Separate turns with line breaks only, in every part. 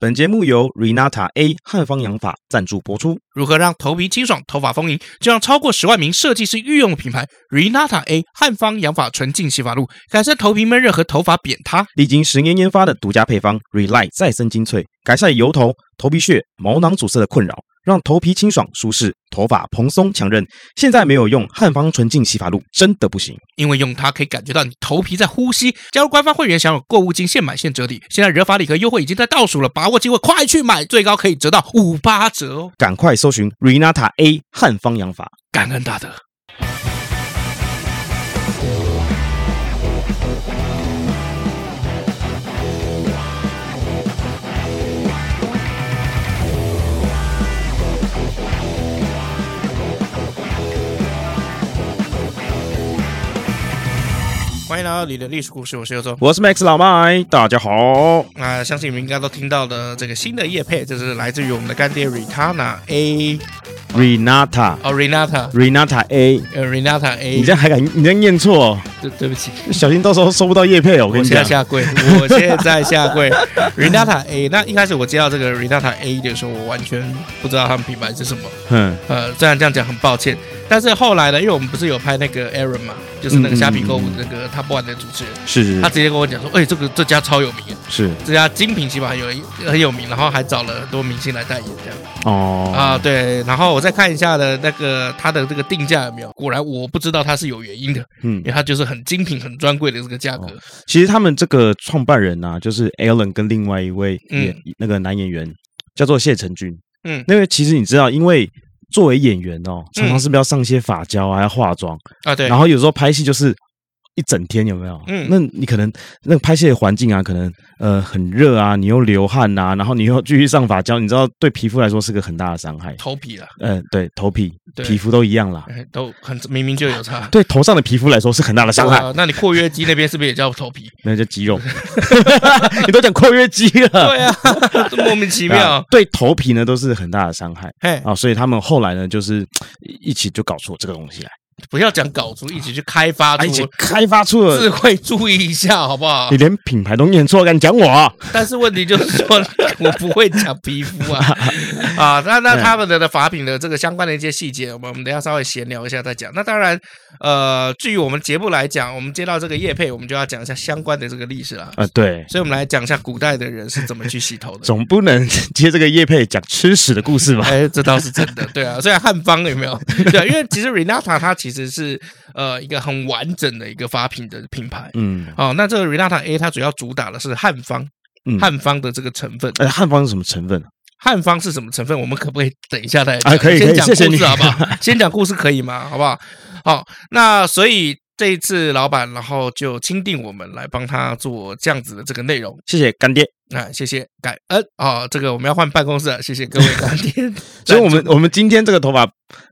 本节目由 Renata A 汉方养法赞助播出。
如何让头皮清爽、头发丰盈？就让超过十万名设计师御用品牌 Renata A 汉方养发纯净洗发露，改善头皮闷热和头发扁塌。
历经十年研发的独家配方 Rely 再生精粹，改善油头、头皮屑、毛囊阻塞的困扰，让头皮清爽舒适，头发蓬松强韧。现在没有用汉方纯净洗发露真的不行。
因为用它可以感觉到你头皮在呼吸。加入官方会员享有购物金现买现折抵，现在惹法礼盒优惠已经在倒数了，把握机会，快去买，最高可以折到五八折哦！
赶快搜寻 Renata A 汉方养法。
感恩大德。欢迎来到你的历史故事，我是尤忠。
我是 Max 老麦，大家好。
那、相信你们应该都听到的这个新的叶配，就是来自于我们的干爹 Ritana A
Renata
哦 Renata
Renata A，
呃 Renata
你
A，
这样还敢？你这样念错哦，
对对不起，
小心到时候收不到叶配哦。我跟
我
你
现在
讲，
下跪，我现在下跪 Renata A。那一开始我接到这个 Renata A 的时候，我完全不知道他们品牌是什么。
哼，
呃，虽然这样讲很抱歉，但是后来呢，因为我们不是有拍那个 Aaron 嘛，就是那个虾皮购物那个 Top One 的主持人，
是
他直接跟我讲说，哎、这个这家超有名耶，
是
这家精品起码很有很有名，然后还找了很多明星来代言这样。
哦
啊，对，然后我再看一下的那个它的这个定价有没有？果然我不知道它是有原因的，
嗯
因为它就是很精品、很专柜的这个价格。
其实他们这个创办人啊，就是 Alan 跟另外一位
嗯
演、那个男演员叫做谢承君。
嗯
那个其实你知道，因为作为演员哦，常常是不是要上一些发胶啊，要化妆，
啊，嗯对
然，后有时候拍戏就是。一整天有没有？
嗯
那你可能那个拍戏的环境啊，可能呃很热啊，你又流汗呐、然后你又继续上发胶，你知道对皮肤来说是个很大的伤害。
头皮了，
嗯、对，头皮、
对
皮肤都一样啦。
哎都很明明就有差。
对头上的皮肤来说是很大的 伤害，
啊那你括约肌那边是不是也叫头皮？
那叫肌肉。 你都讲括约肌了，
对啊， 这莫名其
啊
妙。
嗯对头皮呢都是很大的伤害
嘿，
啊，所以他们后来呢就是一起就搞出这个东西来，
不要讲搞出，一起去开发
啊，一起
出
开发出了
智。慧，注意一下好不好
你？连品牌都念错，敢讲我啊？
但是问题就是说， 我不会讲皮 肤啊啊，那那
嗯
他们的的法品的这个相关的一些细节，我们我们等一下稍微闲聊一下再讲。那当然，呃，至于我们节目来讲，我们接到这个叶配，我们就要讲一下相关的这个历史啦。
呃，对，
所以，我们来讲一下古代的人是怎么去洗头的。
总不能 接这个叶配讲吃屎的故事吧？
哎，这倒是真的，对啊。虽然汉方有没有？对、啊，因为其实 Renata 它其实是呃一个很完整的一个发品的品牌。
嗯，
哦，那这个 Renata A 它主要主打的是汉方
嗯，
汉方的这个成分。
呃，汉方是什么成分啊？
汉方是什么成分？我们可不可以等一下再讲
啊可以
先
可以
讲
谢谢
故事
你
好不 好？先讲故事可以吗？好不好？好，那所以这一次老板然后就钦定我们来帮他做这样子的这个内容
谢谢干爹。
啊，谢谢感恩啊、这个我们要换办公室了，谢谢各位干爹赞助。
所以我们我们今天这个头发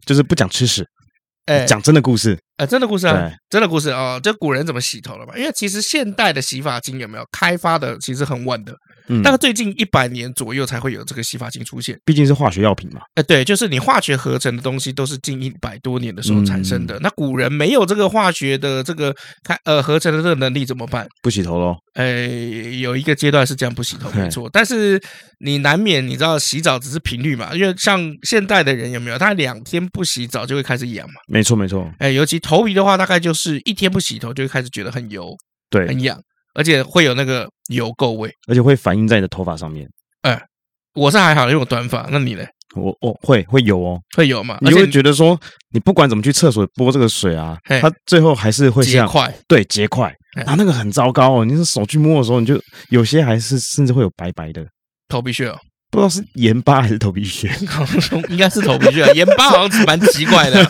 就是不讲吃屎，
哎
讲真的故事。
呃真的故事啊
对，
真的故事啊、哦，这古人怎么洗头了嘛？因为其实现代的洗发精有没有开发的其实很晚的，
嗯
大，概最近一百年左右才会有这个洗发精出现。
毕竟是化学药品嘛。
哎，对，就是你化学合成的东西都是近一百多年的时候产
嗯
生的。那古人没有这个化学的这个开呃合成的这个能力怎么办？
不洗头喽，
呃，有一个阶段是这样不洗头，没错。但是你难免你知道洗澡只是频率嘛，因为像现代的人有没有？他两天不洗澡就会开始痒嘛。
没错没错，
哎，尤其头皮的话，大概就是一天不洗头就会开始觉得很油、
对，
很痒，而且会有那个油垢味。
而且会反映在你的头发上面。
我是还好，因为我短发，那你呢？
我我会会有哦，
会有吗？
你
啊而且
会觉得说，你不管怎么去厕所拨这个水啊
嘿，
它最后还是会
结
像
块。
对结块，
嘿
然后那个很糟糕哦。你是手去摸的时候，你就有些还是甚至会有白白的，
头皮屑哦，
不知道是盐巴还是头皮屑。
应该是头皮屑，盐巴好像是蛮奇怪的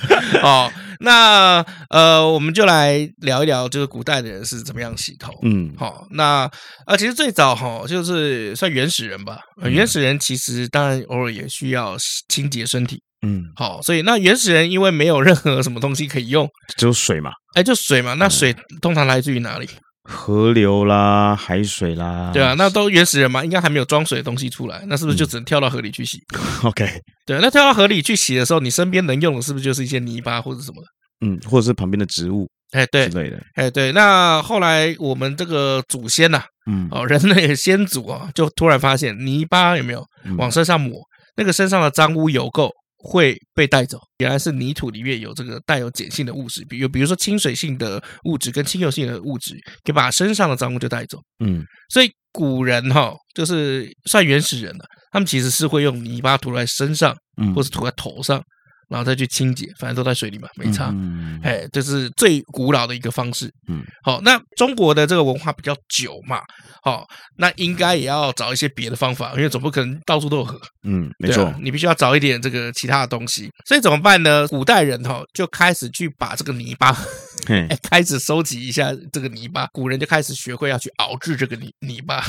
哦。那呃，我们就来聊一聊，就是古代的人是怎么样洗头。
嗯，
好、那呃，其实最早哈、就是算原始人吧。呃
嗯
原始人其实当然偶尔也需要洗清洁身体。
嗯，
好、所以那原始人因为没有任何什么东西可以用，
只有水嘛，
哎，就水嘛。那
嗯
水通常来自于哪里？
河流啦，海水啦，
对啊，那都原始人嘛，应该还没有装水的东西出来，那是不是
嗯
就只能跳到河里去洗？
，OK，
对，那跳到河里去洗的时候，你身边能用的是不是就是一些泥巴或者什么的？
嗯，或者是旁边的植物
哎，对
之，类的，
哎，对，那后来我们这个祖先呐、
嗯
哦，人类的先祖啊，就突然发现泥巴有没有
嗯
往身上抹，那个身上的脏污油垢会被带走。原来是泥土里面有这个带有碱性的物质，比如比如说亲水性的物质跟亲油性的物质，可以把身上的脏污就带走。
嗯
所以古人哈、就是算原始人了、他们其实是会用泥巴涂在身上，
嗯，
或是涂在头上，然后再去清洁，反正都在水里嘛，没差。
嗯嗯
哎，这是最古老的一个方式。
嗯，
好，那中国的这个文化比较久嘛，好，那应该也要找一些别的方法，因为总不可能到处都有河，
嗯，没
对
错
啊，你必须要找一点这个其他的东西。所以怎么办呢？古代人哈、就开始去把这个泥巴，
嘿
哎，开始收集一下这个泥巴，古人就开始学会要去熬制这个泥泥巴，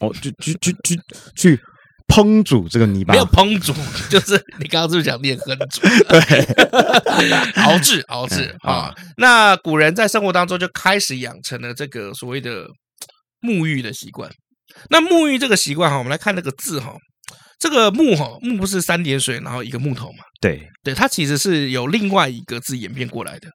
哦，去去去去去烹煮这个泥巴
没，有烹煮， 就是你刚刚是不是讲练烹煮？ 对， 熬制熬制
嗯
啊。那古人在生活当中就开始养成了这个所谓的沐浴的习惯。那沐浴这个习惯哈，我们来看这个字哈，这个木哈木不是三点水然后一个木头嘛？
对，
对，它其实是有另外一个字演变过来的，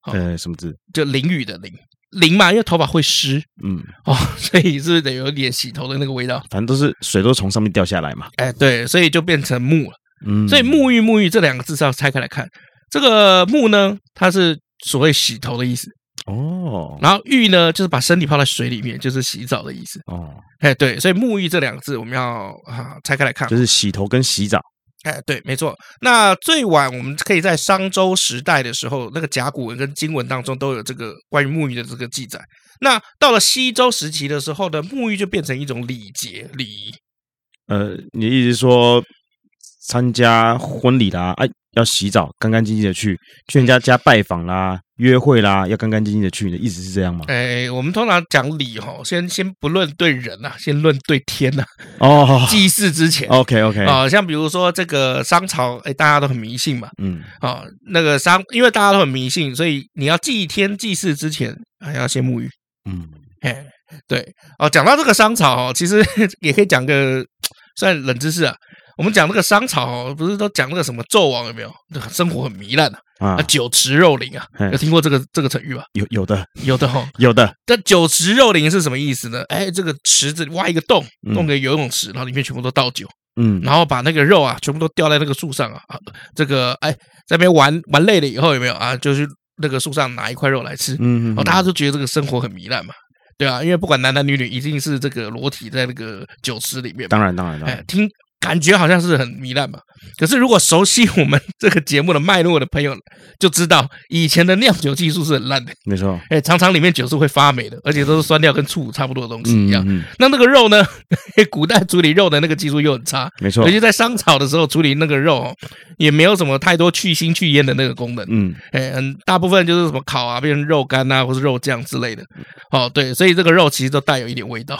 好
呃，什么字？
就淋雨的淋淋嘛，因为头发会湿
嗯，
哦，所以是不是得有点洗头的那个味道？
反正都是水都从上面掉下来嘛。
哎，对，所以就变成木了。
嗯，
所以沐浴沐浴这两个字是要拆开来看。这个沐呢，它是所谓洗头的意思，
哦
然后浴呢，就是把身体泡在水里面，就是洗澡的意思。
哦，
哎，对，所以沐浴这两个字我们要啊拆开来看
就。是洗头跟洗澡。
哎，对，没错。那最晚我们可以在商周时代的时候，那个甲骨文跟金文当中都有这个关于沐浴的这个记载。那到了西周时期的时候呢，沐浴就变成一种礼节礼仪。
呃，你的意思是说参加婚礼啦，哎、要洗澡，干干净净的去；去人家家拜访啦、约会啦，要干干净净的去。你的意思是这样吗？
哎，我们通常讲礼哈，先先不论对人啊，先论对天呐、
哦
呃祭祀之前。
，OK OK，
啊、像比如说这个商朝，哎，大家都很迷信嘛，
嗯
啊、那个商，因为大家都很迷信，所以你要祭天祭祀之前，还要先沐浴。
嗯，
嘿，对，哦，讲到这个商朝哦，其实 也可以讲个算冷知识啊。我们讲那个商朝哦，不是都讲那个什么纣王有没有？生活很糜烂啊，
啊哎
啊，，酒池肉林啊，
嘿
有听过这个这个成语吧？
有有的
有的哦，
有的，
但酒池肉林是什么意思呢？哎，这个池子挖一个洞，
嗯
弄个游泳池，然后里面全部都倒酒。
嗯
然后把那个肉啊，全部都吊在那个树上啊，啊这个哎，在那边玩玩累了以后有没有啊？就去那个树上拿一块肉来吃，
嗯，
哦，大家都觉得这个生活很糜烂嘛，对啊，因为不管男男女女，一定是这个裸体在那个酒池里面嘛，
当然当然当
哎
然，，
听感觉好像是很糜烂嘛。可是如果熟悉我们这个节目的脉络的朋友就知道，以前的酿酒技术是很烂的，
没错，
哎，常常里面酒是会发霉的，而且都是酸掉跟醋差不多的东西
嗯
一样。
嗯，嗯
那那个肉呢？ 哎古代处理肉的那个技术又很差，
没错
尤，其在商朝的时候处理那个肉哦，也没有什么太多去腥去烟的那个功能，
嗯
哎，嗯，大部分就是什么烤啊，变成肉干啊，或是肉酱之类的。哦，对，所以这个肉其实都带有一点 味道，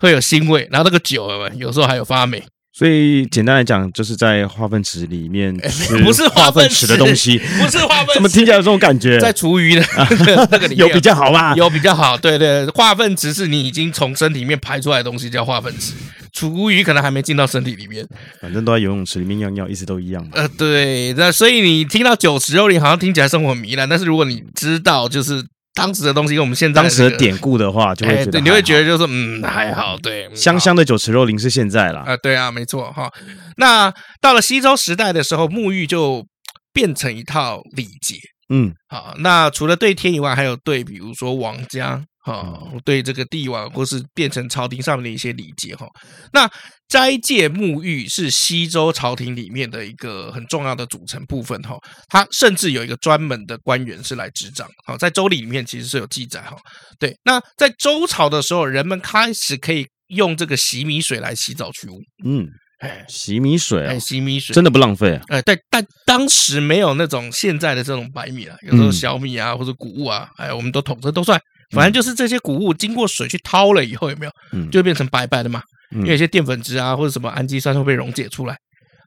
会有腥味，然后那个酒有没有有时候还有发霉，
所以简单来讲，就是在化粪池里面吃
呃不是化
化粪
粪
池
池
的东西，
不是 化粪
怎么
池
听起来有这种感觉？
在厨余的那个那个里面
有比较好吧？
有比较好，对对，化粪池是你已经从身体里面排出来的东西叫化粪池，厨余可能还没进到身体里面。
反正都在游泳池里面尿尿，一直都一样嘛。
呃，对，那所以你听到酒池肉林好像听起来生活糜烂，但是如果你知道就是当时的东西跟我们现在、
当时的，典故的话，就会
哎，
觉得
对，你会
得
觉得就是嗯还好，对，嗯
香香的九池肉林是现在
啊、
啦。
呃对啊，没错哈。那到了西周时代的时候，沐浴就变成一套礼节
嗯
啊。那除了对天以外，还有对比如说王家。啊，对这个帝王，或是变成朝廷上面的一些礼节哈。那斋戒沐浴是西周朝廷里面的一个很重要的组成部分哈。它甚至有一个专门的官员是来执掌。好，在周礼里面其实是有记载哈。对，那在周朝的时候，人们开始可以用这个洗米水来洗澡去污。
嗯，
哎，
洗米水啊
哎，，洗米水。
真的不浪费啊。
哎，对，但当时没有那种现在的这种白米啊，有时
嗯
候小米啊或者谷物啊，哎，我们都统称都算，反正就是这些谷物经过水去掏了以后，有没有
嗯，
就会变成白白的嘛？
嗯
因为有些淀粉质啊或者什么氨基酸会被溶解出来。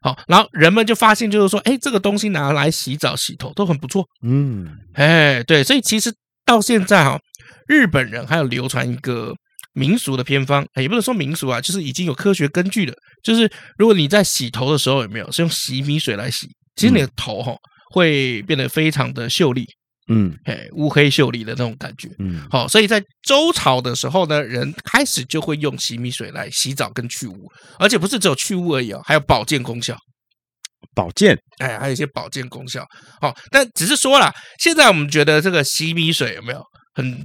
好，然后人们就发现就是说，哎，这个东西拿来洗澡、洗头都很不错。
嗯
哎，对，所以其实到现在哈、日本人还有流传一个民俗的偏方，哎也不能说民俗啊，就是已经有科学根据的，就是如果你在洗头的时候有没有是用洗米水来洗，其实你的头哈、会变得非常的秀丽，
嗯
哎，乌黑秀丽的那种感觉。
嗯
好、所以在周朝的时候呢，人开始就会用洗米水来洗澡跟去污，而且不是只有去污而已哦，还有保健功效。
保健，
哎，还有一些保健功效。好、但只是说啦，现在我们觉得这个洗米水有没有很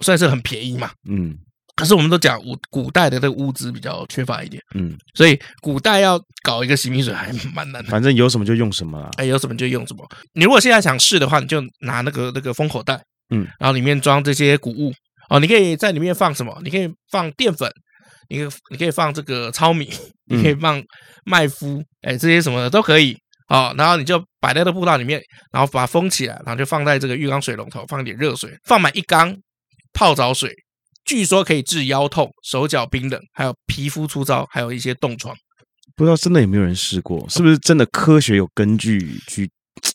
算是很便宜嘛？
嗯
可是我们都讲古古代的这个物资比较缺乏一点，
嗯，
所以古代要搞一个洗米水还蛮难的。
反正有什么就用什么啦。
哎，有什么就用什么。你如果现在想试的话，你就拿那个那个封口袋，
嗯，
然后里面装这些谷物哦，你可以在里面放什么？你可以放淀粉，你可以你可以放这个糙米，你可以放麦麸，哎，这些什么的都可以。哦，然后你就摆在这布道里面，然后把它封起来，然后就放在这个浴缸水龙头，放一点热水，放满一缸泡澡水，据说可以治腰痛、手脚冰冷，还有皮肤粗糙，还有一些冻疮。
不知道真的有没有人试过，是不是真的科学有根据去，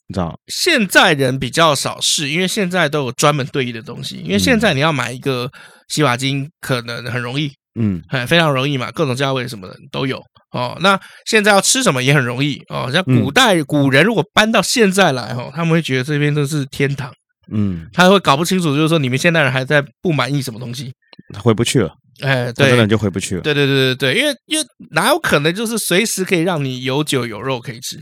你知道？
现在人比较少试，因为现在都有专门对应的东西。因为现在你要买一个洗发精，可能很容易，
嗯
很非常容易嘛，各种价位什么的都有哦。那现在要吃什么也很容易哦。像
嗯
古代、古人如果搬到现在来哦，他们会觉得这边都是天堂，
嗯，
他会搞不清楚，就是说你们现代人还在不满意什么东西。
回不去了，
哎，
他
对，
哦真的就回不去了。
对对对对对，因为因为哪有可能就是随时可以让你有酒有肉可以吃？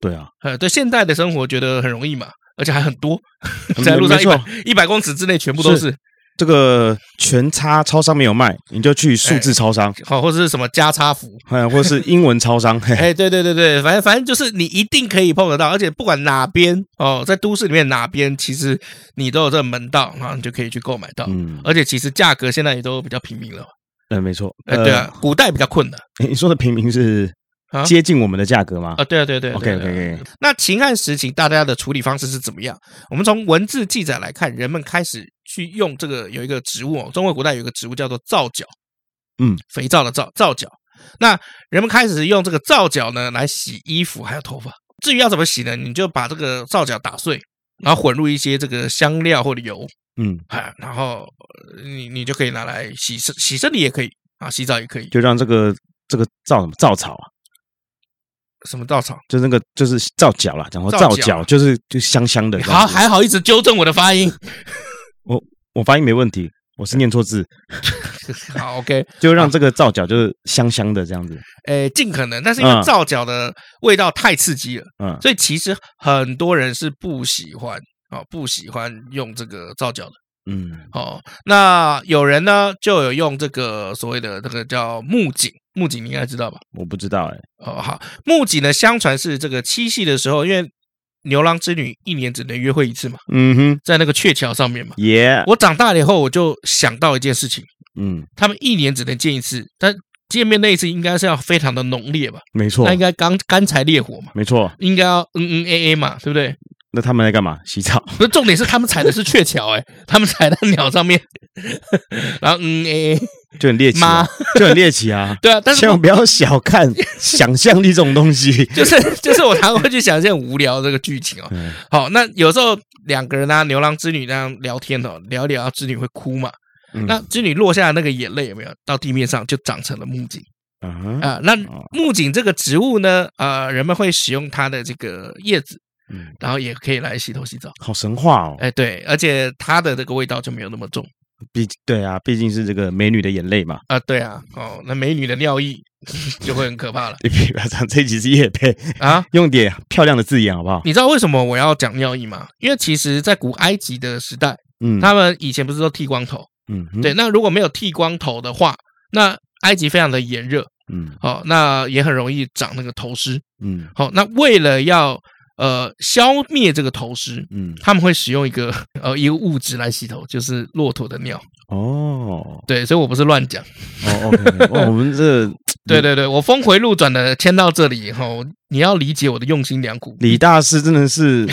对啊，
呃，对现代的生活觉得很容易嘛，而且还很多， 在路上
嗯没
一
错
百一百公尺之内全部都
是
是，
这个全叉超商没有卖，你就去数字超商，
好、或者是什么加差服，
哎，或是英文超商，嘿，
哎，对对对对，反正反正就是你一定可以碰得到，而且不管哪边哦，在都市里面哪边，其实你都有这个门道，然后你就可以去购买到，
嗯，
而且其实价格现在也都比较平民了，
呃，没错，
哎，对啊，古代比较困难
呃，你说的平民是
啊
接近我们的价格吗
啊，对啊对啊对啊对啊
OK，OK，OK，
对啊那秦汉时期大家的处理方式是怎么样？我们从文字记载来看，人们开始去用这个有一个植物哦，中国古代有一个植物叫做皂角，
嗯，
肥皂的皂皂角。那人们开始用这个皂角呢来洗衣服还有头发。至于要怎么洗呢？你就把这个皂角打碎，然后混入一些这个香料或者油，
嗯，
啊，然后呃你你就可以拿来洗身洗身体也可以啊，洗澡也可以。
就让这个这个造什么造草啊，
什么稻草？
就那个就是造脚啦，然后
皂
造
角
脚就是就香香的
你
这样
好，
子。
还好一直纠正我的发音。
我发音没问题，我是念错字，
好，OK。
就让这个皂角就是香香的这样子。
诶，尽可能，但是因为
嗯
皂角的味道太刺激了，
嗯
所以其实很多人是不喜欢哦，不喜欢用这个皂角的
嗯
哦。那有人呢，就有用这个所谓的那个叫木槿，木槿你应该知道吧？
我不知道哎、
哦，好，木槿呢，相传是这个七夕的时候，因为牛郎织女一年只能约会一次嘛，
嗯哼，
在那个鹊桥上面嘛。
耶、
我长大了以后，我就想到一件事情，
嗯，
他们一年只能见一次，但见面那一次应该是要非常的浓烈吧？
没错
那，应该干干柴烈火嘛。
没错。
应该要嗯嗯 A A 嘛，对不对？
那他们在干嘛？洗澡？
不是重点是他们踩的是鹊桥，哎， 他们踩在鸟上面， 然后嗯 A A
就很猎奇、啊
妈，，！
就很猎奇啊
对啊，但是
千
我
万不要小 看想象力这种东西。
就是就是我常会去想这种无聊的这个剧情哦。
嗯
好，那有时候两个人啊，牛郎织女那样聊天哦，聊一聊织女会哭嘛，
嗯
那织女落下的那个眼泪有没有到地面上就长成了木槿
啊哈，
啊、那木槿这个植物呢，呃，人们会使用它的这个叶子
嗯，
然后也可以来洗头洗澡。
好神话哦！
哎，对，而且它的这个味道就没有那么重。
毕对啊，毕竟是这个美女的眼泪嘛。
啊，对啊，哦，那美女的尿意 就会很可怕了
你别讲这一集是夜配，
啊！
用点漂亮的字眼好不好？
你知道为什么我要讲尿意吗？因为其实，在古埃及的时代，
嗯，
他们以前不是都剃光头？
嗯哼
对，，那如果没有剃光头的话，那埃及非常的炎热
嗯
哦，那也很容易长那个头虱。
嗯
好、那为了要呃消灭这个头虱，
嗯，
他们会使用一个呃一个物质来洗头，就是骆驼的尿。
哦
对，所以我不是乱讲。
哦，OK，哇我们这
对对对，我峰回路转的签到这里以后，你要理解我的用心良苦。
李大师真的 是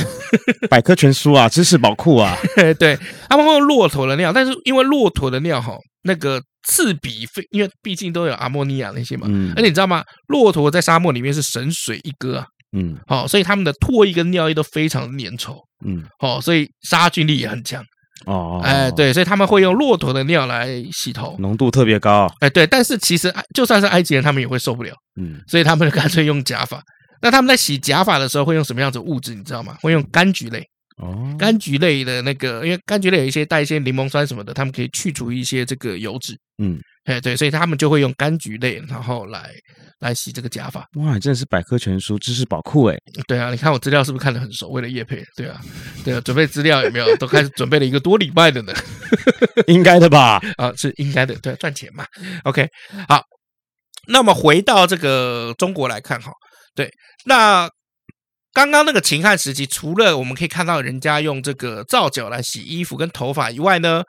百科全书啊，知识宝库啊。
对，他们会用骆驼的尿，但是因为骆驼的尿哈，那个刺鼻非，因为毕竟都有阿莫尼亚那些嘛。
嗯
而且你知道吗？骆驼在沙漠里面是神水一哥啊，
嗯
哦，所以他们的唾液跟尿液都非常粘稠，
嗯
哦，所以杀菌力也很强。
哦，嗯
哎，，对，所以他们会用骆驼的尿来洗头。
浓度特别高。
哎，对，但是其实哎就算是埃及人，他们也会受不了，
嗯
所以他们就干脆用假发。那他们在洗假发的时候会用什么样子的物质？你知道吗？会用柑橘类。
哦，
柑橘类的那个，因为柑橘类有一些带一些柠檬酸什么的，他们可以去除一些这个油脂。
嗯，
哎对，所以他们就会用柑橘类，然后来来洗这个假发。
哇，你真的是百科全书，知识宝库哎。
对啊，你看我资料是不是看得很熟？为了叶配，对啊，对啊，准备资料有没有？都开始准备了一个多礼拜的呢。
应该的吧？
啊，是应该的，对啊，赚钱嘛。OK，好，那么回到这个中国来看哈，对，那刚刚那个秦汉时期，除了我们可以看到人家用这个皂角来洗衣服跟头发以外呢，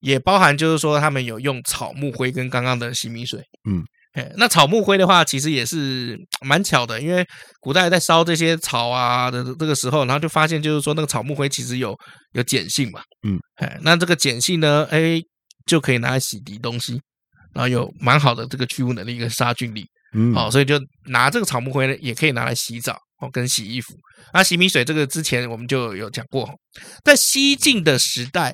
也包含就是说他们有用草木灰跟刚刚的洗米水，
嗯。
哎，那草木灰的话，其实也是蛮巧的，因为古代在烧这些草啊的这个时候，然后就发现就是说那个草木灰其实有有碱性嘛，哎，那这个碱性呢，哎，就可以拿来洗涤东西，然后有蛮好的这个去污能力跟杀菌力，
嗯，
好、，所以就拿这个草木灰呢，也可以拿来洗澡哦，跟洗衣服。那洗米水这个之前我们就有讲过，在西晋的时代，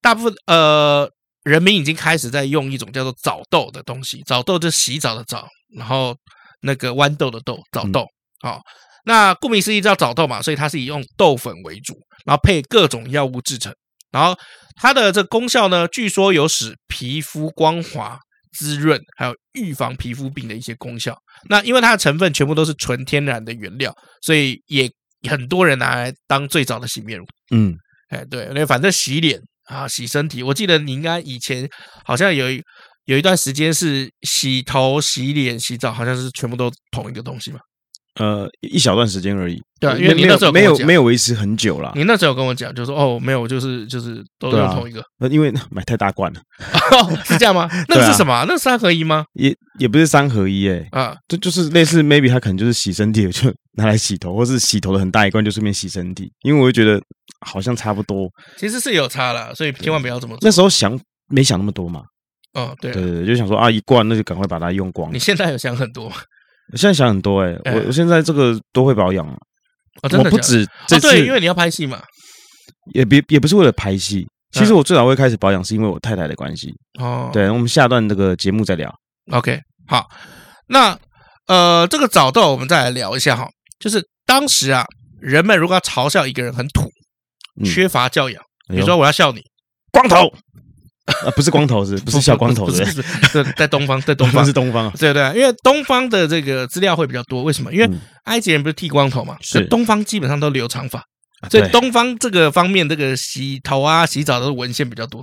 大部分呃人民已经开始在用一种叫做枣豆的东西，枣豆就是洗澡的枣，然后那个豌豆的豆，枣豆。好、那顾名思义叫枣豆嘛，所以它是以用豆粉为主，然后配各种药物制成。然后它的这功效呢，据说有使皮肤光滑、滋润，还有预防皮肤病的一些功效。那因为它的成分全部都是纯天然的原料，所以也很多人拿来当最早的洗面乳。
嗯，
哎，对，那反正洗脸啊，洗身体，我记得你应该以前好像有一有一段时间是洗头、洗脸、洗澡，好像是全部都同一个东西嘛。
呃，一小段时间而已。
对啊因为你
没
那时候
有没
跟我
有
讲
没有维持很久啦，
你那时候有跟我讲，就说哦，没有，就是就是
啊
都
对
用
啊
同一个，哦
那因为 买太大罐了，
是这样吗？那个
对啊
是什么啊？那是三合一吗？
也也不是三合一诶，
啊，
这就是类似 maybe 它可能就是洗身体就 拿来洗头，或是洗头的很大一罐就顺便洗身体，因为我就觉得好像差不多。
其实是有差啦，所以千万不要这么做。
那时候想没想那么多嘛，
哦，对
对
啊，
对对，就想说啊一罐那就赶快把它用光
你。现在有想很多吗？
现在想很多诶，
嗯
我我现在这个都会保养啊，
哦，真
我
的
不
假的
止这
哦，
次
对，因为你要拍戏嘛。
也别也不是为了拍戏。其实
嗯
我最早会开始保养，是因为我太太的关系。
哦，
对，我们下段这个节目再聊。
OK，好，那呃，这个早豆我们再来聊一下哈，就是当时啊，人们如果要嘲笑一个人很土、
嗯
缺乏教养，
哎
比如
呦
说我要笑你，
光头，啊，不是光头是，不是小光头
不
是不
是不
是，
是，不是在东方，在东
东
方
方是东方啊，
对对，因为东方的这个资料会比较多，为什么？因为
嗯
埃及人不是剃光头嘛，
是
所以东方基本上都留长发，
啊
所以
对
东方这个方面，这个洗头啊、洗澡的文献比较多。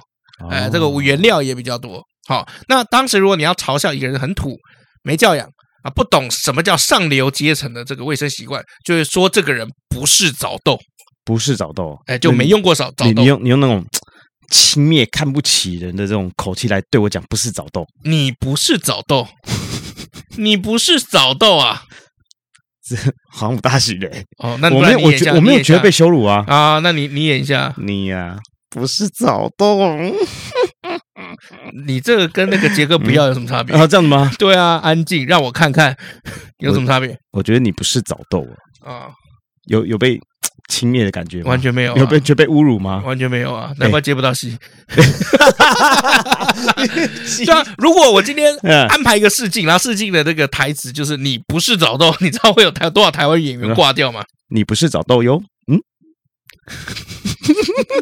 哎，
哦
这个原料也比较多。好，那当时如果你要嘲笑一个人很土、没教养啊，不懂什么叫上流阶层的这个卫生习惯，就会说这个人不是早豆，
不是早豆，
哎，就没用过早
那
早
嗯你。你你
豆，
用你用那种轻蔑、看不起人的这种口气来对我讲，不是早豆，
你不是早豆， 你不是早豆啊！
好像不大行嘞。
哦，那
我
不
没
然
有，
你
我
演一
觉我
下
没
你
有
演一
觉得
下
被羞辱啊，
啊，那你你演一下，
你呀，不是早啊豆
你这个跟那个杰哥不要有什么差别？
啊，这样子吗？
对啊，安静，让我看看有什么差别
我觉得你不是早豆啊，
啊？
有有被轻蔑的感觉吗？
完全没有啊，
有被哎觉得被侮辱 吗？
完全没有啊，难怪接不到戏。
是
对啊，如果我今天
嗯
安排一个试镜，然后试镜的那个台词就是“你不是早豆”，你知道会有台多少台湾演员挂掉吗？
你不是找豆哟？嗯，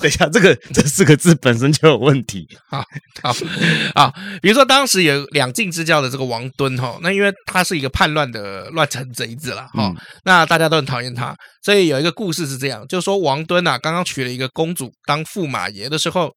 等一下，这个这四个字本身就有问题。
好啊，比如说当时有两晋之交的这个王敦哈，那因为他是一个叛乱的乱臣贼子啦哈，
嗯
那大家都很讨厌他，所以有一个故事是这样，就是说王敦啊刚刚娶了一个公主当驸马爷的时候，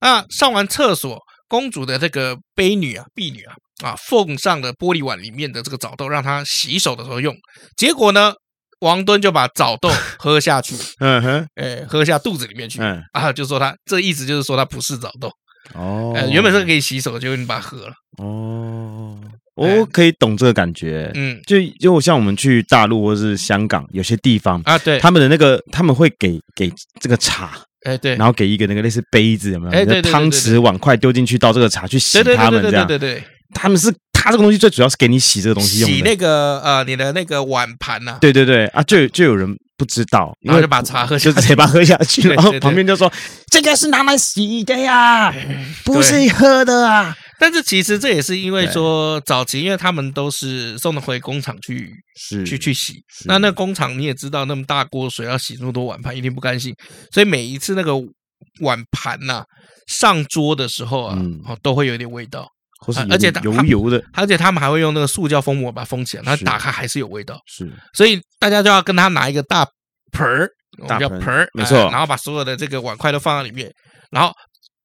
那上完厕所，公主的这个婢女啊婢女啊啊奉上了玻璃碗里面的这个枣豆，让她洗手的时候用，结果呢，王敦就把枣豆喝下去，
嗯哼，
哎，喝下肚子里面去。
嗯，
啊，就说他这意思就是说他不是枣豆，
哦
呃，原本是可以洗手，结果你把它喝了。
哦，
哎
我可以懂这个感觉。
嗯
就就像我们去大陆或是香港有些地方，
啊，对，
他们的那个他们会给给这个茶，
哎对，
然后给一个那个类似杯子，有没有？
哎对
那
对对
个汤匙碗筷丢进去倒这个茶去洗
对对
他们
对对
这
对
样。
对对
他们是他这个东西最主要是给你洗这个
对，
东西用
洗
的。
那个呃你的那个碗盘呐，
对对对啊，就就有人不知道，因
然后
为
就把茶喝下
就直接把它喝下去，
对
然后
对对
旁边就说这个是拿来洗的呀，不是喝的啊。
但是其实这也是因为
对
说早期，因为他们都是送的回工厂去
是
去去洗。
是
那那工厂你也知道，那么大锅水要洗那么多碗盘，一定不甘心。所以每一次那个碗盘呐、上桌的时候啊，
嗯
哦都会有一点味道。
或是
啊而且它
油油油的，
而且他们还会用那个塑胶封膜把它封起来，然后
是
打开还是有味道。
是
所以大家就要跟他拿一个大盆儿，我
大
们叫
盆
盆儿，
没
哎
错
然后把所有的这个碗筷都放在里面，然后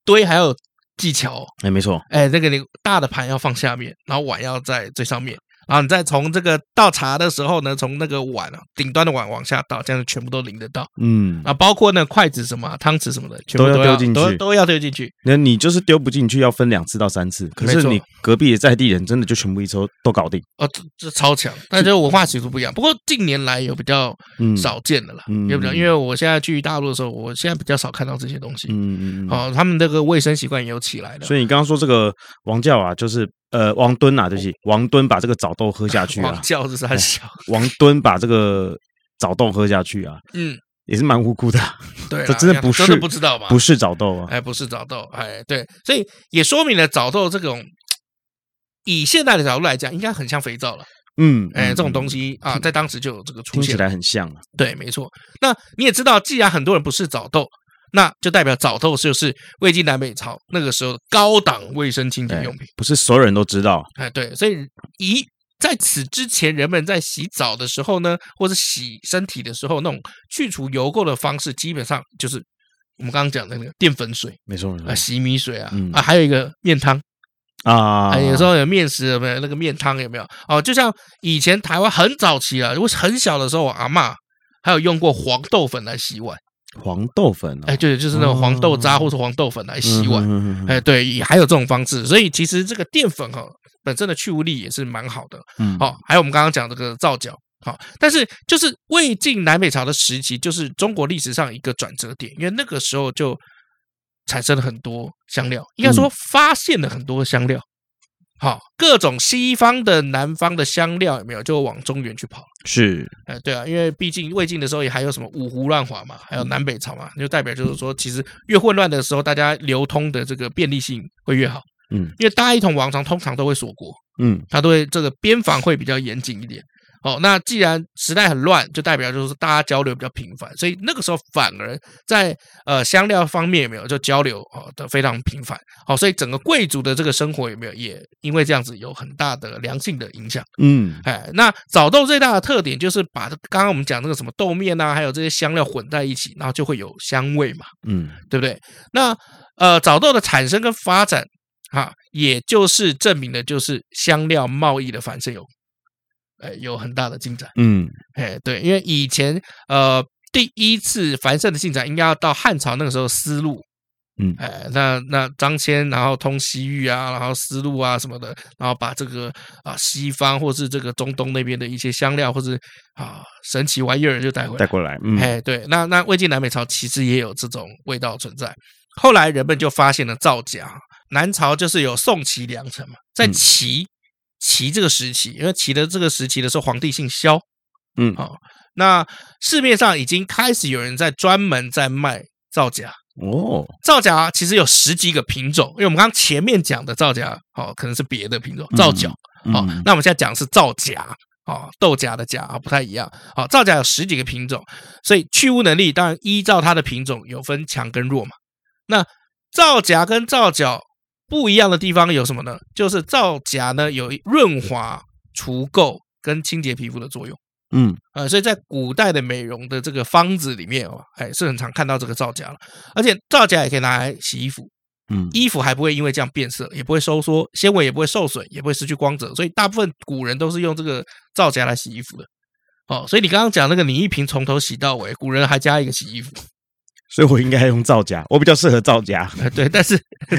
堆还有技巧哦，
哎，没错，
哎，那个你大的盘要放下面，然后碗要在最上面，然后你再从这个倒茶的时候呢，从那个碗啊顶端的碗往下倒，这样就全部都淋得到
嗯，
啊，包括那筷子什么啊汤匙什么的，全部
都要
都
丢进
都
去
都要丢进去。
那你就是丢不进去，要分两次到三次。可
没
是
错
你隔壁的在地人真的就全部一抽都搞定，
哦，这这超强，但这文化习俗不一样。不过近年来有比较
嗯，
少见的啦，
嗯
有比较，因为我现在去大陆的时候，我现在比较少看到这些东西。
嗯，嗯嗯嗯。
哦，他们那个卫生习惯也有起来了。
所以你刚刚说这个王教啊，就是呃王敦啊，对不
哦
起，王敦把这个枣豆喝下去
往
啊，
教是很小，
王敦把这个枣豆喝下去啊，
嗯，
也是蛮无辜的啊，
对啦，
这真的
呀
不
真的
是
不知道嘛，
不是枣豆啊，
哎，不是早豆，哎，对，所以也说明了早豆这种，以现代的角度来讲，应该很像肥皂了。
嗯，
哎，这种
西
东西啊，在当时就有这个出
听起
现。
来很像啊，
对，没错。那你也知道，既然很多人不是早豆，那就代表早豆就是魏晋南北朝那个时候的高档卫生清洁
哎
用品。
不是所有人都知道，
哎，对，所以以在此之前，人们在洗澡的时候呢，或者洗身体的时候，那种去除油垢的方式，基本上就是我们刚刚讲的那个淀粉水
没错没
啊、
错
洗米水啊，
嗯
啊，还有一个面汤
啊
啊，有时候有面食有没有那个面汤有没有？哦，就像以前台湾很早期啊，我很小的时候，我阿嬷还有用过黄豆粉来洗碗，
黄豆粉啊
哎，，对，就是那种黄豆渣
哦
或者黄豆粉来洗碗，
碗
哎，对，也还有这种方式，所以其实这个淀粉哈、本身的去污力也是蛮好的。
嗯
好、还有我们刚刚讲这个皂角，好、但是就是魏晋南北朝的时期，就是中国历史上一个转折点，因为那个时候就产生了很多香料，应该说发现了很多香料。好，各种西方的、南方的香料有没有就往中原去跑？
是
哎，对啊，因为毕竟魏晋的时候也还有什么五胡乱华嘛，还有南北朝嘛，就代表就是说，其实越混乱的时候，大家流通的这个便利性会越好。
嗯，
因为大一统王朝通常都会锁国，
嗯
它对这个边防会比较严谨一点。哦，那既然时代很乱，就代表就是大家交流比较频繁，所以那个时候反而在呃香料方面有没有就交流哦的非常频繁。好、所以整个贵族的这个生活有没有也因为这样子有很大的良性的影响。
嗯
哎，那枣豆最大的特点就是把这刚刚我们讲那个什么豆面啊，还有这些香料混在一起，然后就会有香味嘛，
嗯
对不对？那呃，枣豆的产生跟发展，哈、也就是证明了就是香料贸易的繁盛有，呃，有很大的进展。
嗯
哎，对，因为以前呃第一次繁盛的进展，应该要到汉朝那个时候丝路，
嗯
哎，那那张骞，然后通西域啊，然后丝路啊什么的，然后把这个啊西方或是这个中东那边的一些香料或是啊神奇玩意儿就带回
带
来。
过来，嗯
哎，对，那那魏晋南北朝其实也有这种味道存在。后来人们就发现了造假，南朝就是有宋齐两城嘛，在
嗯
齐齐这个时期，因为齐的这个时期的时候，皇帝姓萧，
嗯
好、那市面上已经开始有人在专门在卖造假。
哦
造假其实有十几个品种，因为我们刚刚前面讲的造假，哦，可能是别的品种，
嗯
皂角，哦
嗯，
那我们现在讲的是造假，哦，豆荚的荚啊，不太一样，哦，造假有十几个品种，所以去污能力当然依照它的品种有分强跟弱嘛。那造假跟皂角不一样的地方有什么呢？就是造假呢有润滑、除垢跟清洁皮肤的作用。
嗯
呃，所以在古代的美容的这个方子里面哦，哎，是很常看到这个皂荚了，而且皂荚也可以拿来洗衣服，
嗯
衣服还不会因为这样变色，也不会收缩，纤维也不会受损，也不会失去光泽，所以大部分古人都是用这个皂荚来洗衣服的。哦，所以你刚刚讲那个你一瓶从头洗到尾，古人还加一个洗衣服，
所以我应该用造假，我比较适合造假。
呃，对，但是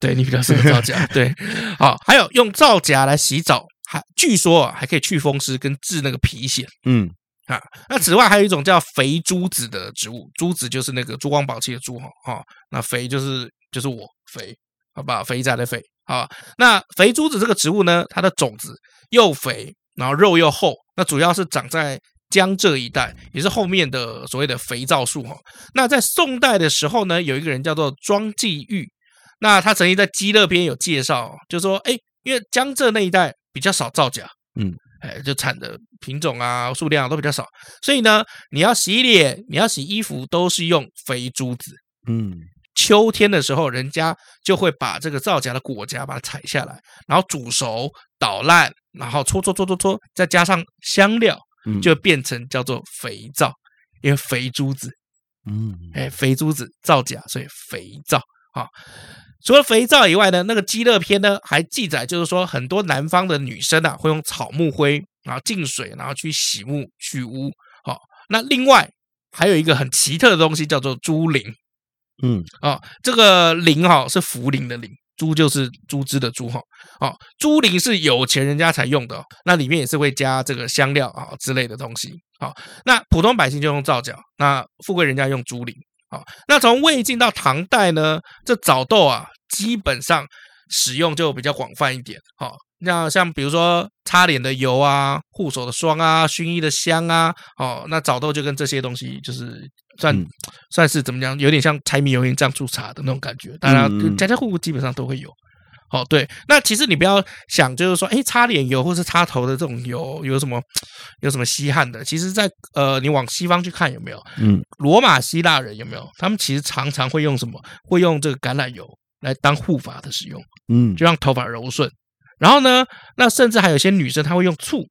对你比较适合皂荚，对，好、还有用皂荚来洗澡，还据说啊还可以去风湿跟治那个皮癣。
嗯
啊，那此外还有一种叫肥珠子的植物，珠子就是那个珠光宝气的珠哈，哦，那肥就是就是我肥，好吧，肥仔的肥，好，那肥珠子这个植物呢，它的种子又肥，然后肉又厚，那主要是长在江浙一带，也是后面的所谓的肥皂树哈。那在宋代的时候呢，有一个人叫做庄继玉，那他曾经在基乐边有介绍，就说，哎，因为江浙那一带比较少造假，
嗯，
哎，就产的品种啊、数量啊都比较少，所以呢，你要洗脸、你要洗衣服都是用肥珠子。
嗯
秋天的时候，人家就会把这个皂荚的果荚把它采下来，然后煮熟、捣烂，然后搓搓搓搓搓，再加上香料，
嗯，
就变成叫做肥皂，因为肥珠子，
嗯
哎，肥珠子皂荚，所以肥皂啊。除了肥皂以外呢，那个基乐篇呢还记载，就是说很多南方的女生啊，会用草木灰然后浸水，然后去洗沐去污。好、那另外还有一个很奇特的东西叫做猪苓。
嗯
哦，这个苓哈、是茯苓的苓，猪就是猪脂的猪哈、哦。猪苓是有钱人家才用的、哦，那里面也是会加这个香料啊、之类的东西。好、那普通百姓就用皂角，那富贵人家用猪苓。好、那从魏晋到唐代呢，这枣豆啊，基本上使用就比较广泛一点。好、那像比如说擦脸的油啊、护手的霜啊、薰衣的香啊，哦，那枣豆就跟这些东西就是算、
嗯
算是怎么讲，有点像柴米油盐酱醋茶的那种感觉，大家
嗯
家家户户基本上都会有。哦，对，那其实你不要想，就是说，哎，擦脸油或是擦头的这种油有什么有什么稀罕的？其实在，呃，你往西方去看有没有，
嗯
罗马希腊人有没有？他们其实常常会用什么？会用这个橄榄油来当护发的使用，
嗯，
就让头发柔顺。然后呢，那甚至还有些女生她会用醋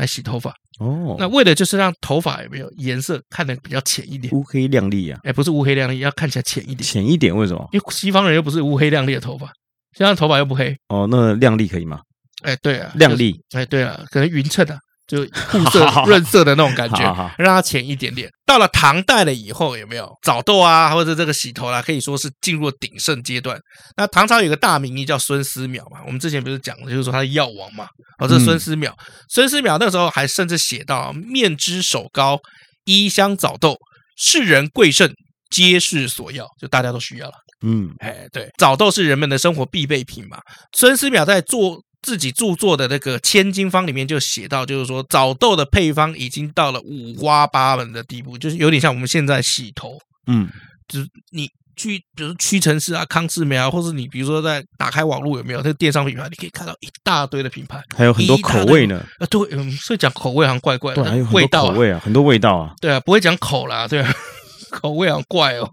来洗头发，
哦，
那为的就是让头发有没有颜色看得比较浅一点，
乌黑亮丽啊，
哎，不是乌黑亮丽，要看起来浅一点，
浅一点为什么？
因为西方人又不是乌黑亮丽的头发，现在头发又不黑，
哦，那亮丽可以吗？
哎，对啊，
亮丽，
哎，对啊，可能匀称啊， 就护色润色的那种感觉
好好好，
让它浅一点点。到了唐代了以后，有没有早痘啊，或者这个洗头啦、可以说是进入鼎盛阶段。那唐朝有个大名医叫孙思邈嘛，我们之前不是讲的，就是说他是药王嘛。哦，这是孙思邈，孙思邈那时候还甚至写到面脂手膏、衣香早痘，世人贵盛，皆是所要，就大家都需要了。
嗯
哎，对，早豆是人们的生活必备品嘛。孙思邈在做自己著作的那个《千金方》里面就写到，就是说早豆的配方已经到了五花八门的地步，就是有点像我们现在洗头，
嗯
就是你去，比如屈臣氏啊、康士美啊，或是你比如说在打开网络有没有那个电商品牌，你可以看到一大堆的品牌
还有很多口味呢，
啊。对，嗯，所以讲口味好像怪怪的，
对，还有很
味
多
道、啊
口、味啊，很多味道啊。
对啊，不会讲口啦，对啊， 口味好像怪哦。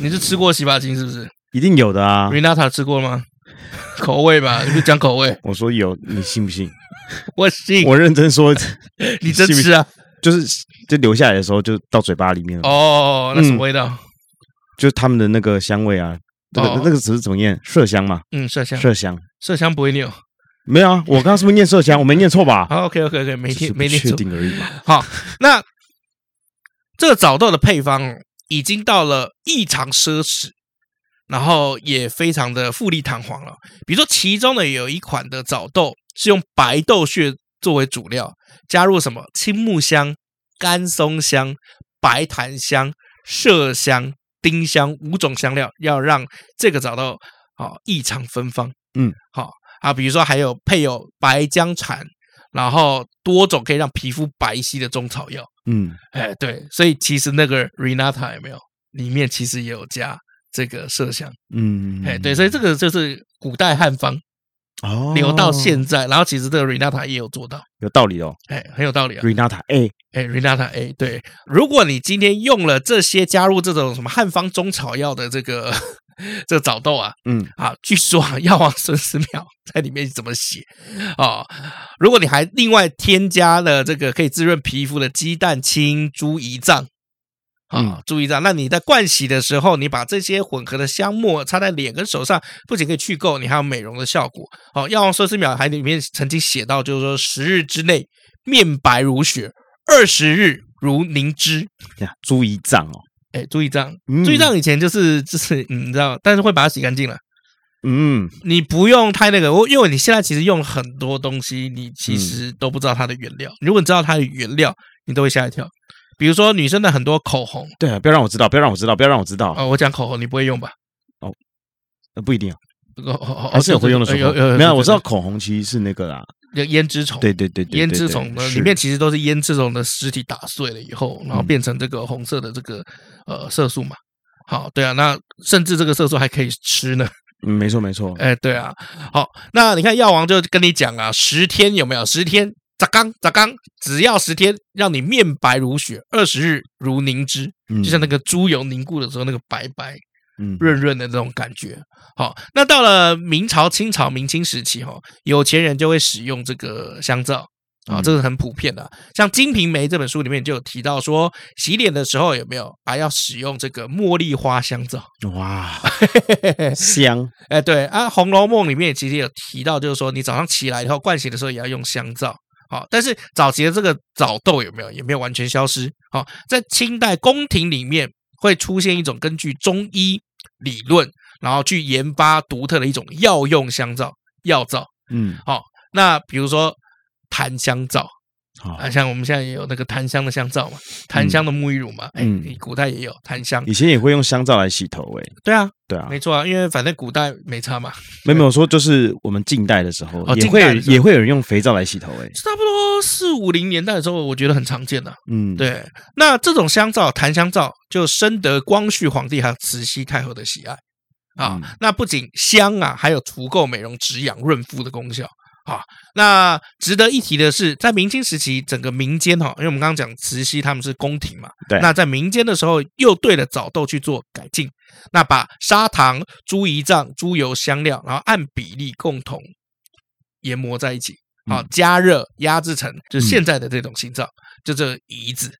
你是吃过洗发精是不是？
一定有的啊！
Renata 吃过吗？ 口味吧，你不是讲口味，
我说有，你信不 信？
我信，
我认真说，
你真吃啊？
就是就留下来的时候，就到嘴巴里面了，
哦，那什么味道？
就是他们的那个香味啊，那
哦
个那个词是怎么念？麝香嘛，
嗯，麝香，
麝香。
麝香不会扭。
没有啊，我刚刚是不是念麝香？我没念错吧？
好，OK，OK，OK，没
只是
听
不
没听
确
错。
定而已 嘛。
好，那这个早豆的配方已经到了异常奢侈，然后也非常的富丽堂皇了。比如说，其中呢有一款的早豆是用白豆屑作为主料，加入什么青木香、甘松香、白檀香、麝香、丁香五种香料，要让这个早豆好、异常芬芳。
嗯，
好、啊，比如说还有配有白姜蝉。然后多种可以让皮肤白皙的中草药。
嗯，
哎，对，所以其实那个 Renata 有没有里面其实也有加这个麝香。
嗯，
哎，对，所以这个就是古代汉方
哦
留到现在，然后其实这个 Renata 也有做到。
有道理哦。
哎，很有道理啊！
Renata，哎，
哎，Renata，哎，对，如果你今天用了这些加入这种什么汉方中草药的这个 这个枣豆啊，
嗯
啊，据说啊，药王孙思邈 在里面怎么写啊、如果你还另外添加了这个可以滋润皮肤的鸡蛋清、猪胰脏啊
嗯，
猪胰脏，那你在盥洗的时候，你把这些混合的香沫擦在脸跟手上，不仅可以去垢，你还有美容的效果。哦，药王孙思邈还里面曾经写到，就是说十日之内面白如雪，二十日如凝脂。
呀，猪胰脏哦，
哎，猪胰脏，
嗯
猪胰，脏以前就是就是、嗯你知道，但是会把它洗干净了。
嗯
你不用太那个，我因为你现在其实用了很多东西，你其
嗯
实都不知道它的原料。如果你知道它的原料，你都会吓一跳。比如说女生的很多口红，
对啊，不要让我知道，不要让我知道，不要让我知道，
哦，我讲口红你不会用吧？
呃不一定啊，
哦哦
还是有会用的时候
有有哦
没有，啊我知道口红其实是那个啦，
有胭脂虫，
对对对，对
胭
对
脂
对
虫呢
是
呃里面其实都是胭脂虫的尸体打碎了以后，然后
嗯
变成这个红色的这个呃色素嘛。好，对啊，那甚至这个色素还可以吃呢。
嗯，没错没错，
哎，对啊，好，那你看药王就跟你讲啊，十天有没有？十天砸缸砸缸，只要十天，让你面白如雪，二十日如凝脂，
嗯
就像那个猪油凝固的时候那个白白
嗯
润润的那种感觉。好，那到了明朝、清朝、明清时期，哈，有钱人就会使用这个香皂。啊、
嗯
这个很普遍的、像《金瓶梅》这本书里面就有提到说，洗脸的时候有没有啊要使用这个茉莉花香皂？
哇，香，
哎，对啊，《红楼梦》里面其实有提到，就是说你早上起来以后盥洗的时候也要用香皂。好，但是早期的这个早痘有没有也没有完全消失。好，在清代宫廷里面会出现一种根据中医理论，然后去研发独特的一种药用香皂，药皂。
嗯，
那比如说檀香皂
好
啊，，像我们现在也有那个檀香的香皂嘛，檀香的沐浴乳嘛，哎
嗯，
古代也有檀香。
以前也会用香皂来洗头，诶，
对啊，
对啊，
没错啊，因为反正古代没差嘛。
没有没有说就是我们近代的时候
哦
也
近
会
代
有
的时候
也会有人用肥皂来洗头，欸诶，
差不多四五零年代的时候，我觉得很常见的、
嗯，，
对，那这种香皂、檀香皂就深得光绪皇帝还有慈禧太后的喜爱啊。
嗯
那不仅香啊，还有除垢美容、止痒润肤的功效。啊。那值得一提的是，在明清时期，整个民间哈、因为我们刚刚讲慈禧他们是宫廷嘛，
对
那在民间的时候，又对了早痘去做改进，那把砂糖、猪胰脏、猪油、香料，然后按比例共同研磨在一起，啊
嗯，
加热压制成就是
嗯
现在的这种形状，就这个胰子，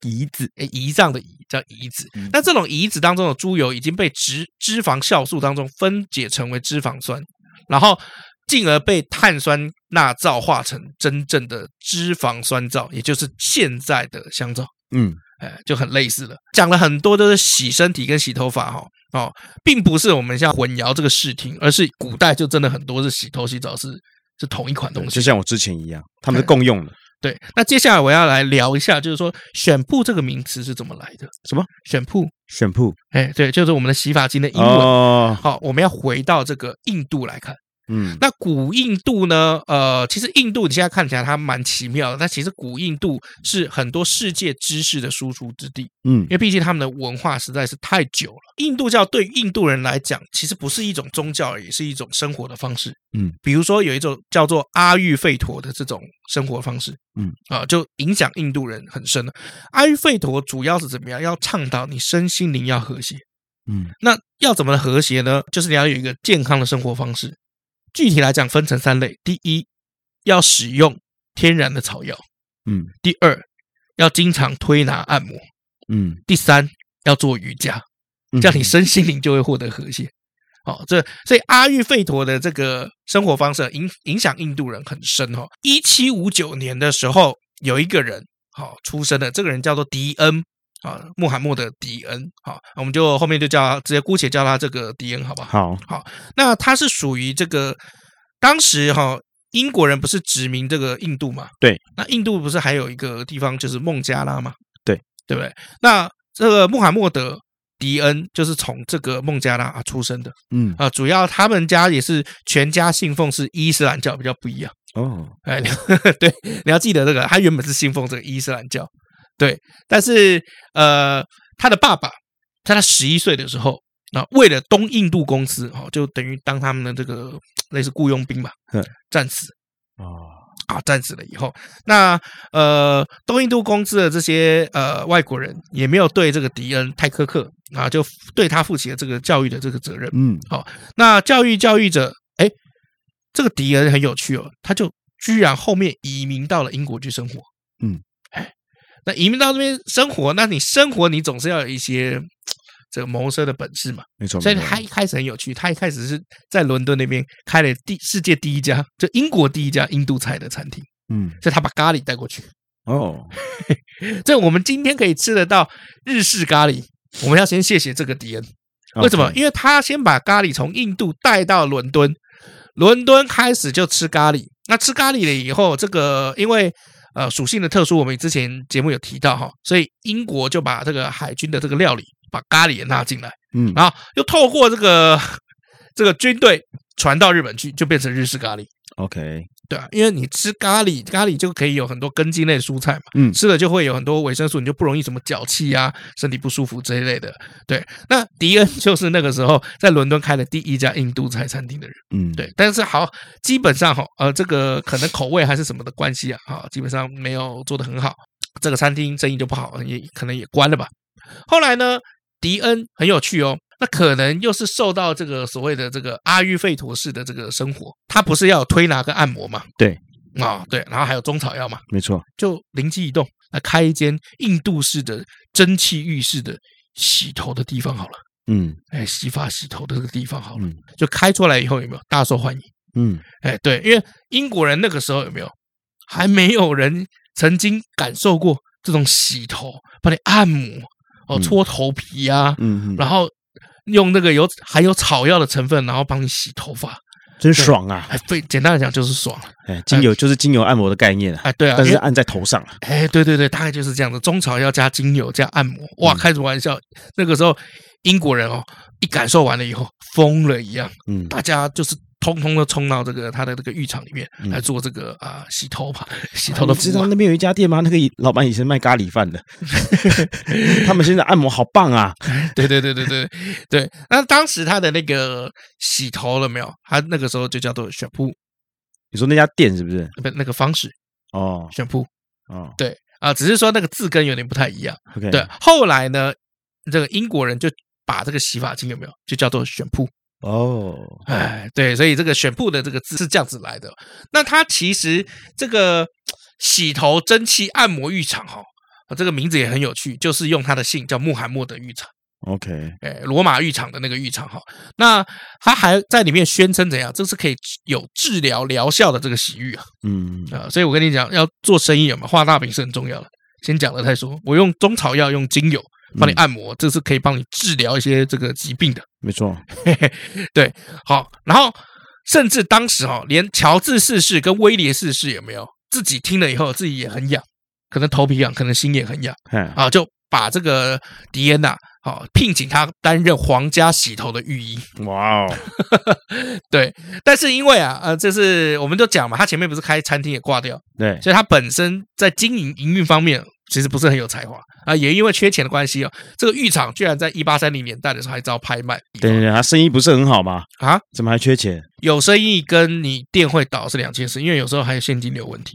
鼻子，
诶，胰脏的胰叫胰子
嗯。
那这种胰子当中的猪油已经被脂脂肪酵素当中分解成为脂肪酸，然后进而被碳酸钠皂化成真正的脂肪酸皂，也就是现在的香皂。
嗯，
哎，就很类似的，讲了很多都是洗身体跟洗头发哈哦并不是我们像混淆这个视听，而是古代就真的很多是洗头洗澡是是同一款
对
东
嗯
西
就。像我之前一样，他们是共用的，
对，那接下来我要来聊一下，就是说“选布”这个名词是怎么来的？
什么
“选布
选铺”？
哎，对，就是我们的洗发精的英文。
哦，
好，我们要回到这个印度来看。
嗯，
那古印度呢？呃，其实印度你现在看起来它蛮奇妙的，但其实古印度是很多世界知识的输出之地。
嗯
因为毕竟他们的文化实在是太久了。印度教对印度人来讲，其实不是一种宗教而已，是一种生活的方式。
嗯，
比如说有一种叫做阿育吠陀的这种生活方式，
嗯
啊，就影响印度人很深了。阿育吠陀主要是怎么样？要倡导你身心灵要和谐。
嗯
那要怎么和谐呢？就是你要有一个健康的生活方式。具体来讲，分成三类：第一，要使用天然的草药；
嗯
第二，要经常推拿按摩；
嗯，
第三，要做瑜伽，
嗯
这样你身心灵就会获得和谐。哦，这所以阿育吠陀的这个生活方式影影响印度人很深哦。一七五九年的时候，有一个人好、哦、出生的，这个人叫做迪恩啊、穆罕默德迪恩好、我们就后面就叫他直接姑且叫他这个迪恩，好不好？
好，
那他是属于这个当时哈、英国人不是殖民这个印度嘛？
对，
那印度不是还有一个地方就是孟加拉嘛？
对，
对不对？那这个穆罕默德。迪恩就是从这个孟加拉啊出生的
嗯
啊、主要他们家也是全家信奉是伊斯兰教，比较不一样。
哦，
哎，你对，你要 记得这个，他原本是信奉这个伊斯兰教，对，但是呃，他的爸爸在他十一岁的时候，啊，为了东印度公司，哦，就等于当他们的这个类似雇佣兵吧
嗯，
战死
哦，
啊，战死了以后，那呃，东印度公司的这些呃外国人也没有对这个迪恩太苛刻啊，就对他负起了这个教育的这个责任。
嗯
那教育教育者，哎，这个迪恩很有趣哦，他就居然后面移民到了英国去生活。
嗯，
哎，那移民到这边生活，那你生活你总是要有一些嘖这个谋生的本事嘛。
没错，
所以
没错
他一开始很有趣，他一开始是在伦敦那边开了第世界第一家，就英国第一家印度菜的餐厅，
嗯
所以他把咖喱带过去。
哦，
这我们今天可以吃得到日式咖喱，我们要先谢谢这个迪恩。 为什么？
OK，
因为他先把咖喱从印度带到伦敦，伦敦开始就吃咖喱。那吃咖喱了以后，这个因为呃属性的特殊，我们之前节目有提到哈，所以英国就把这个海军的这个料理，把咖喱也纳进来，
嗯
然后又透过这个这个军队传到日本去，就变成日式咖喱。
，OK，
对啊，因为你吃咖喱，咖喱就可以有很多根茎类蔬菜嘛，
嗯
吃了就会有很多维生素，你就不容易什么脚气啊、身体不舒服这一类的。对，那迪恩 就是那个时候在伦敦开了第一家印度菜餐厅的人。
嗯，
对，但是好，基本上哈，呃，这个可能口味还是什么的关系啊，啊，基本上没有做得很好，这个餐厅生意就不好，也可能也关了吧。后来呢，迪恩很有趣哦，那可能又是受到这个所谓的这个阿育吠陀式的这个生活，他不是要有推拿跟按摩嘛？
对，
啊、对，然后还有中草药嘛，
没错，
就灵机一动，来开一间印度式的蒸汽浴室的洗头的地方好了，
嗯
哎，洗发洗头的这个地方好了，
嗯
就开出来以后有没有大受欢迎？
嗯
哎，对，因为英国人那个时候有没有还没有人曾经感受过这种洗头、帮你按摩、哦
嗯
搓头皮啊，
嗯，嗯
然后用那个有含有草药的成分，然后帮你洗头发，
真爽啊！
哎，非简单的讲就是爽了，
哎，精油就是精油按摩的概念啊，
哎，对啊，
但
因
是
为
按在头上啊，
哎，对对对，大概就是这样的，中草药加精油加按摩，哇，
嗯
开什么玩笑？那个时候英国人哦，一感受完了以后疯了一样。
嗯
大家就是通通都冲到这个他的这个浴场里面
嗯
来做这个啊、洗 头吧，洗头的
你知
服务
道
啊、
那边有一家店吗？那个以老板以前卖咖喱饭的， 他们现在按摩好棒啊！
对对对对对对。那当时他的那个洗头了没有？他那个时候就叫做选铺，
你说那家店是不是？
不那个方式
哦
选铺
哦
啊，只是说那个字根有点不太一样。
，OK，
对，后来呢，这个英国人就把这个洗发精有没有就叫做选铺。
哦，
哎，对，所以这个选铺的这个字是这样子来的。那它其实这个洗头蒸汽按摩浴场哈、哦，这个名字也很有趣，就是用他的姓叫穆罕默德浴场，
OK，
哎，罗马浴场的那个浴场哈、那他还在里面宣称怎样，这是可以有治疗疗效的这个洗浴啊
嗯，
啊、所以我跟你讲，要做生意有没有画大饼是很重要的。先讲了再说，我用中草药，用精油帮你
嗯
按摩，这是可以帮你治疗一些这个疾病的。
没错，
对，好，然后甚至当时哦，连乔治四世跟威廉四世有没有自己听了以后，自己也很痒，可能头皮痒，可能心也很痒
哎，
啊，就把这个迪安娜好聘请他担任皇家洗头的御医。
哇哦，
对，但是因为啊，呃，这是我们就讲嘛，他前面不是开餐厅也挂掉，
对，
所以他本身在经营营运方面。其实不是很有才华啊，也因为缺钱的关系哦，这个浴场居然在一八三零年代的时候还遭拍卖
等等等，他生意不是很好嘛？
啊，
怎么还缺钱？
有生意跟你店会倒是两件事，因为有时候还有现金流问题。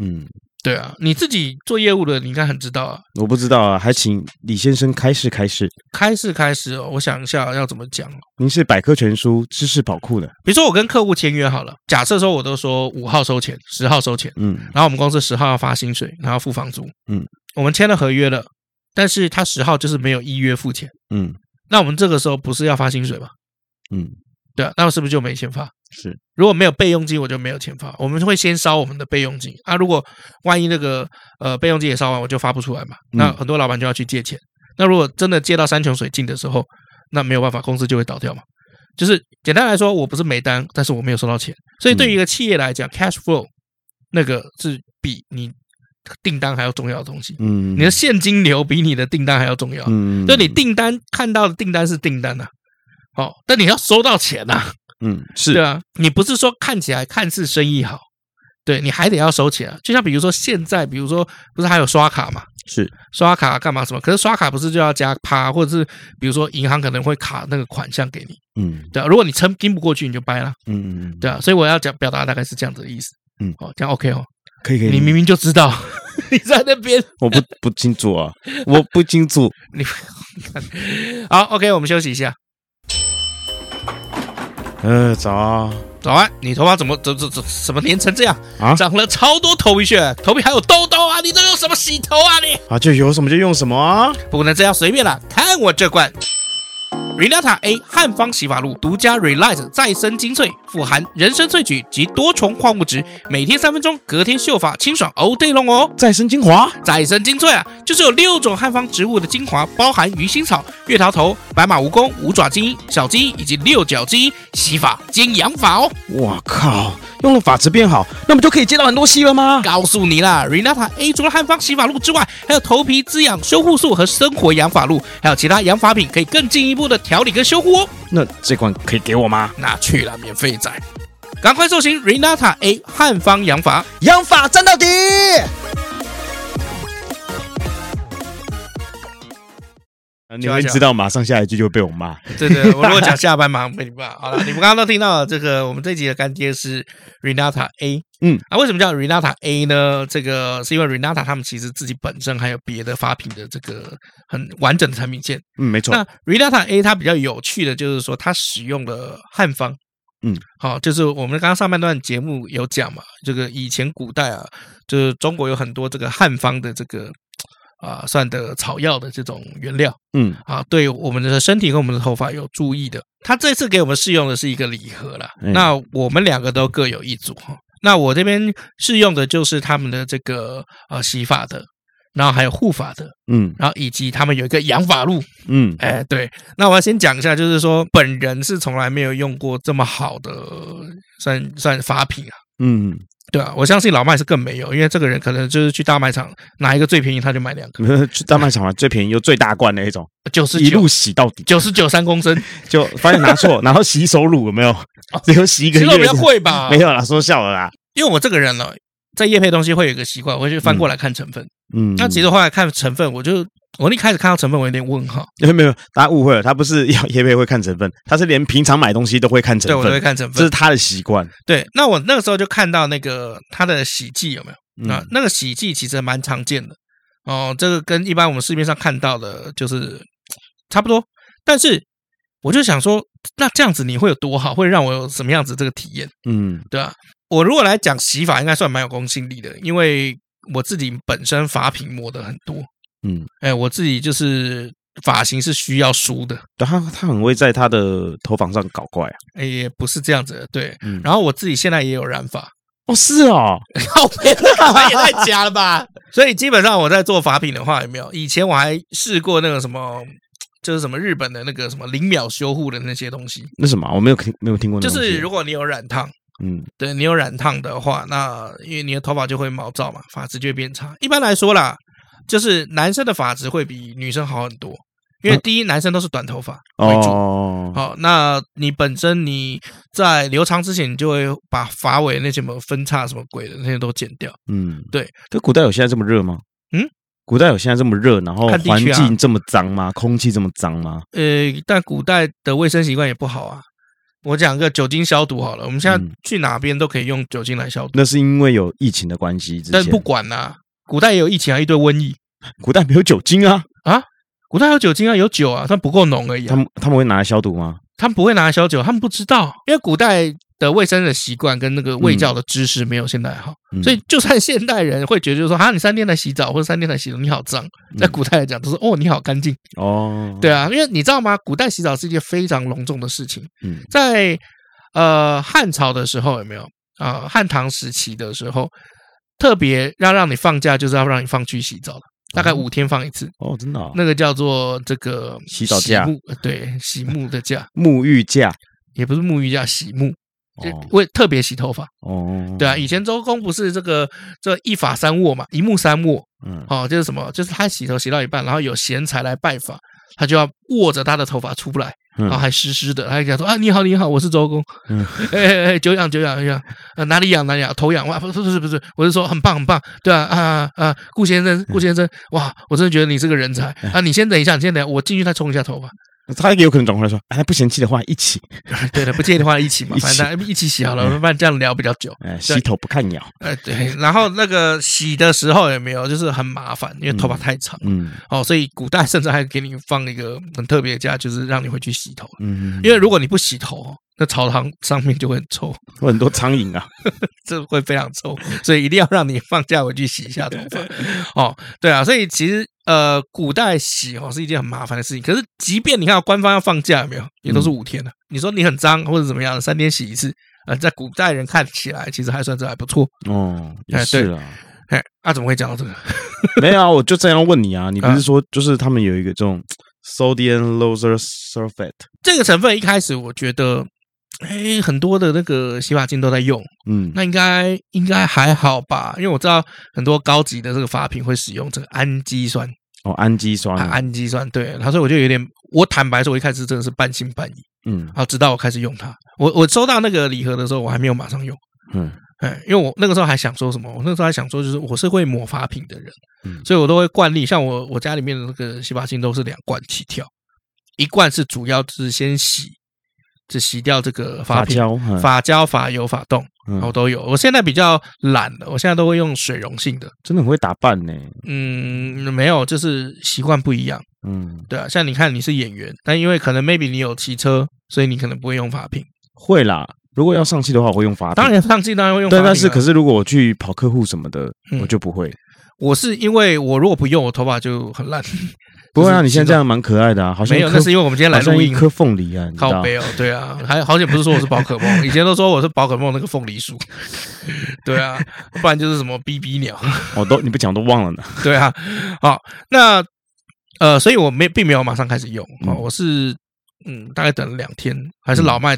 嗯，
对啊，你自己做业务的，你应该很知道啊。
我不知道啊，还请李先生开示开示。
开是开始哦，我想一下要怎么讲哦。
您是百科全书知识宝库的，
比如说我跟客户签约好了，假设说我都说五号收钱，十号收钱，
嗯
然后我们公司十号要发薪水，然后付房租。
嗯，
我们签了合约了，但是他十号就是没有依约付钱，
嗯
那我们这个时候不是要发薪水吗？
嗯，
对啊，那我是不是就没钱发？
是，
如果没有备用金，我就没有钱发。我们会先烧我们的备用金啊。如果万一那个呃备用金也烧完，我就发不出来嘛。那
嗯
很多老板就要去借钱。那如果真的借到山穷水尽的时候，那没有办法，公司就会倒掉嘛。就是简单来说，我不是没单，但是我没有收到钱。所以对于一
嗯
个企业来讲、c a s h flow 那个是比你订单还要重要的东西。
嗯，
你的现金流比你的订单还要重要。
嗯，
就你订单看到的订单是订单呐、啊好、哦，但你要收到钱啊呐、
嗯是
对啊，你不是说看起来看似生意好，对你还得要收钱啊。就像比如说现在，比如说不是还有刷卡嘛，
是，
刷卡干嘛什么？可是刷卡不是就要加趴，或者是比如说银行可能会卡那个款项给你，
嗯
对啊。如果你撑盯不过去，你就掰了，
嗯嗯，
对啊。所以我要讲表达大概是这样子的意思。
嗯
哦，这样 OK 哦。
可以可以，
你明明就 知道你在那边，
我不不清楚啊， 我不清楚。
你你看好 OK，我们休息一下。
呃，早啊，
早安，你头发怎么怎怎怎怎么粘成这样
啊
长了超多头皮屑，头皮还有痘痘啊！你都用什么洗头啊你？
啊就有什么就用什么啊。
不能这样随便了，看我这罐。Relata A 汉方洗发露独家 Relight 再生精粹，富含人参萃取及多重矿物质，每天三分钟，隔天秀发清爽 all day long 哦。
再生精华，
再生精粹啊，就是有六种汉方植物的精华，包含鱼腥草、月桃头、白马蜈蚣、五爪精、小鸡以及六角鸡，洗发兼养发哦。
我靠，用了发质变好，那不就可以接到很多戏了吗？
告诉你啦，Renata A 除了汉方洗发露之外，还有头皮滋养修护素和生活养发露，还有其他养发品可以更进一步的调理跟修护哦。
那这款可以给我吗？
那去了免费仔。赶快搜寻 Renata A 汉方养法。
养法站到底。啊你们知道，马上下一句就会被我骂。
对对，我如果讲下班马上被你骂。好了，你们刚刚都听到了这个，我们这集的干爹是 Renata A。
嗯，
啊，为什么叫 Renata A 呢？这个是因为 Renata 他们其实自己本身还有别的发品的这个很完整的产品线。
嗯，没错。
那 Renata A 它比较有趣的就是说，它使用了汉方。
嗯，
好、就是我们刚刚上半段节目有讲嘛，这个以前古代啊，就是中国有很多这个汉方的这个啊、算的草药的这种原料。
嗯
啊，对我们的身体跟我们的头发有注意的。他这次给我们试用的是一个礼盒啦，
嗯
那我们两个都各有一组哈。那我这边试用的就是他们的这个呃洗发的，然后还有护发的，
嗯
然后以及他们有一个养发露。
嗯
哎，对，那我要先讲一下，就是说本人是从来没有用过这么好的算算发品啊。
嗯，
对啊，我相信老麦是更没有，因为这个人可能就是去大卖场拿一个最便宜，他就买两个，
去大卖场嘛，最便宜又最大罐的那种，
九十
一
九
路洗到底，
九十九三公升，
就发现拿错，然后洗手乳有没有？
哦
只有洗一个
其
月
实
这
我
样，
比较贵吧，
没有啦，说笑了啦。
因为我这个人呢，在叶配东西会有一个习惯，我会去翻过来看成分。
嗯，
那其实后来看成分，我就我一开始看到成分，我有点问号。
没有没有，大家误会了，他不是要叶贝会看成分，他是连平常买东西都会看成
对，我都会
分，
看成
这
分
是。他的习惯。
对，那我那个时候就看到那个它的洗剂有没有啊
嗯？
那个洗剂其实蛮常见的哦，这个跟一般我们市面上看到的就是差不多。但是我就想说，那这样子你会有多好？会让我有什么样子这个体验？
嗯
对啊，我如果来讲洗发，应该算蛮有公信力的，因为我自己本身发品抹的很多，
嗯，
哎，我自己就是发型是需要梳的，
对他他很会在他的头发上搞怪啊。
哎，也不是这样子的，对。
嗯，
然后我自己现在也有染发，
哦是哦，
靠背也太假了吧！ 所以基本上我在做发品的话，有没有？以前我还试过那个什么，就是什么日本的那个什么零秒修护的那些东西，
那什么啊我没有听没有听过那
就
东西，
是如果你有染烫。
嗯
对你有染烫的话，那因为你的头发就会毛躁嘛，发质就会变差。一般来说啦，就是男生的发质会比女生好很多，因为第一，男生都是短头发为主。
哦
好、那你本身你在留长之前，你就会把发尾那些什么分叉什么鬼的那些都剪掉。
嗯，
对。
可古代有现在这么热吗？
嗯，
古代有现在这么热，然后
看地
环
区啊
境这么脏吗？空气这么脏吗？
呃，但古代的卫生习惯也不好啊。我讲个酒精消毒好了，我们现在
嗯
去哪边都可以用酒精来消毒，
那是因为有疫情的关系。之
但是
前
不管啦、古代也有疫情啊，一堆瘟疫。
古代没有酒精啊，
古代有酒精啊，有酒啊，但不够浓而已、啊
他。们他们会拿来消毒吗？
他们不会拿来消酒，他们不知道，因为古代的卫生的习惯跟那个卫教的知识没有现代好，
嗯
所以就算现代人会觉得就是说啊，你三天才洗澡或者三天才洗头，你好脏，
嗯
在古代来讲都是哦你好干净，
哦，
对啊，因为你知道吗？古代洗澡是一件非常隆重的事情，
嗯
在呃汉朝的时候有没有啊、呃汉唐时期的时候，特别要让你放假就是要让你放去洗澡的，大概五天放一次。
哦，真的啊
那个叫做这个
洗澡假
洗沐，呃对，洗沐的假，
沐浴架
也不是沐浴叫洗沐，就
哦
为特别洗头发，
哦，
对啊，以前周公不是这个这一法三握嘛，一目三握，
嗯
哦，就是什么，就是他洗头洗到一半，然后有贤才来拜访，他就要握着他的头发出不来，然后
嗯
还湿湿的，他还讲说啊，你好你好，我是周公，
嗯
哎哎哎，久仰久仰久仰，啊哪里痒哪里痒，头痒哇，不是不是不是，我是说很棒很棒，对啊啊啊，顾先生顾先生，哇，我真的觉得你是个人才
嗯
啊，你先等一下，你先等一下，我进去再冲一下头发，
他也有可能转过来说，哎，那不嫌弃的话一起，
对的，不介意的话一起 嘛，
一
反
起嗯
正大家一起洗好了，不然这样聊比较久。
哎，洗头不看鸟，
哎，对，然后那个洗的时候也没有，就是很麻烦，因为头发太长、
嗯
哦，所以古代甚至还给你放一个很特别的假，就是让你回去洗头，
嗯，
因为如果你不洗头，那澡堂上面就会很臭，
有很多苍蝇啊，
这会非常臭，所以一定要让你放假回去洗一下头发。哦，对啊，所以其实呃，古代洗哦是一件很麻烦的事情。可是即便你看到官方要放假有没有，也都是五天的、你说你很脏或者怎么样，三天洗一次，呃，在古代人看起来其实还算是还不错。
哦，也
哎对
是啊，
哎，啊，怎么会讲到这个？
没有啊，我就这样问你啊，你不
啊
是说就是他们有一个这种 sodium loser sulfate，
这个成分一开始我觉得，哎，很多的那个洗发精都在用，
嗯
那应该应该还好吧？因为我知道很多高级的这个发品会使用这个氨基酸，
哦，氨基酸
啊
啊，
氨基酸，对，他说我就有点，我坦白说，我一开始真的是半信半疑，
嗯
啊，直到我开始用它，我我收到那个礼盒的时候，我还没有马上用，
嗯
哎，因为我那个时候还想说什么，我那时候还想说就是我是会抹发品的人，
嗯
所以我都会惯例，像我我家里面的那个洗发精都是两罐起跳，一罐是主要是先洗，就洗掉这个发
发
品。
胶，嗯
发胶、发油、发冻，
嗯
我都有。我现在比较懒了，我现在都会用水溶性的。
真的很会打扮呢，
嗯，没有，就是习惯不一样。
嗯，
对啊，像你看你是演员，但因为可能 maybe 你有骑车，所以你可能不会用法品。
会啦。如果要上戏的话，我会用发，
当，然上镜当然会用法
但
品、啊，
啊但是可是如果我去跑客户什么的，
嗯
我就不会。
我是因为我如果不用，我头发就很烂。
不会啊，
就是
你现在这样蛮可爱的啊，好像
没有，
一颗
那是因为我们今天来
好像
录
一
音。
颗凤梨啊，你知
靠
道？
背哦，对啊，还好久不是说我是宝可梦，以前都说我是宝可梦那个凤梨酥， 对啊，不然就是什么 BB 鸟，
我哦都你不讲我都忘了呢。
对啊，好，那呃，所以我没并没有马上开始用，哦、
嗯
我是嗯，大概等了两天，还是老麦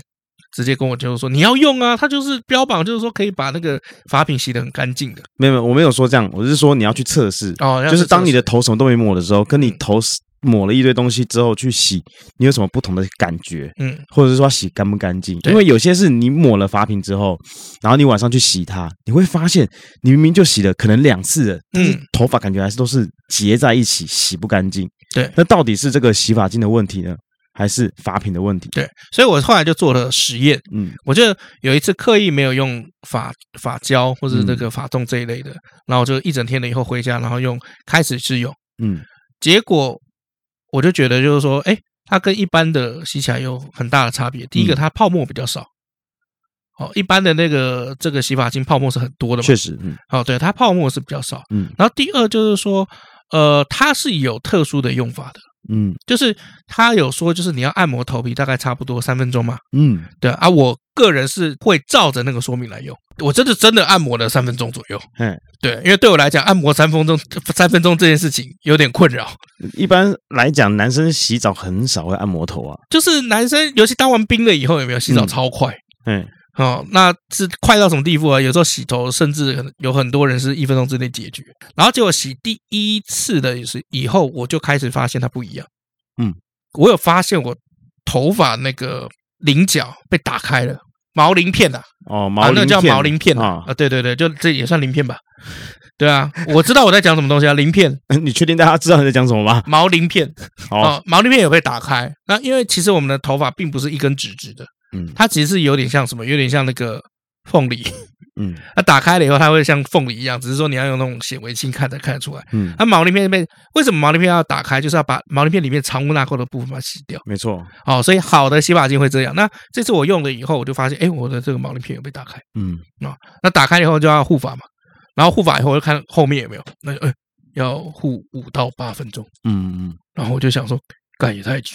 直接跟我就是说你要用啊，他就是标榜就是说可以把那个发品洗得很干净的
没有，没有，我没有说这样，我是说你要去测试，
哦，
就是当你
的
的头什么都没抹的时候，跟
嗯
你头抹了一堆东西之后去洗，你有什么不同的感觉，
嗯
或者是说洗干不干净？
对
因为有些是你抹了发品之后，然后你晚上去洗它，你会发现你明明就洗了可能两次了，但是
嗯
头发感觉还是都是结在一起，洗不干净。
对
那到底是这个洗发精的问题呢，还是发品的问题？
对，所以我后来就做了实验，
嗯
我就有一次刻意没有用发发胶或
嗯
者这个发冻这一类的，然后我就一整天了以后回家，然后用开始试用，
嗯
结果我就觉得就是说，哎，它跟一般的洗起来有很大的差别。第一个，
嗯
它泡沫比较少。哦，一般的那个这个洗发精泡沫是很多的嘛
确，实，嗯
哦，对，它泡沫是比较少。
嗯
然后第二就是说，呃，它是有特殊的用法的，
嗯
就是它有说，就是你要按摩头皮，大概差不多三分钟嘛，
嗯，
对啊啊，我个人是会照着那个说明来用，我真的真的按摩了三分钟左右。
嗯，
对，因为对我来讲，按摩三分钟三分钟这件事情有点困扰。
一般来讲，男生洗澡很少会按摩头啊，
就是男生，尤其当完兵了以后，有没有洗澡
嗯
超快？
嗯。
哦，那是快到什么地步啊？有时候洗头，甚至可能有很多人是一分钟之内解决。然后结果洗第一次的也是以后，我就开始发现它不一样。
嗯，
我有发现我头发那个菱角被打开了，毛鳞片啊，
哦，毛
啊，
鳞
那
片、
个叫毛鳞片啊
啊，
啊，对对对，就这也算鳞片吧？对啊，我知道我在讲什么东西啊，鳞片、
你确定大家知道你在讲什么吗？哦
毛鳞片
好，
啊，毛鳞片也被打开。那因为其实我们的头发并不是一根直直的，
嗯
它其实是有点像什么，有点像那个凤梨。
嗯
它打开了以后，它会像凤梨一样，只是说你要用那种显微镜看才看得出来。
嗯，
它毛鳞片被为什么毛鳞片要打开，就是要把毛鳞片里面藏污纳垢的部分把它洗掉。
没错，
哦，所以好的洗发精会这样。那这次我用了以后，我就发现，哎，我的这个毛鳞片有被打开。
嗯
那打开以后就要护发嘛，然后护发以后我就看后面有没有，那就哎要护五到八分钟。
嗯
然后我就想说，干也太久，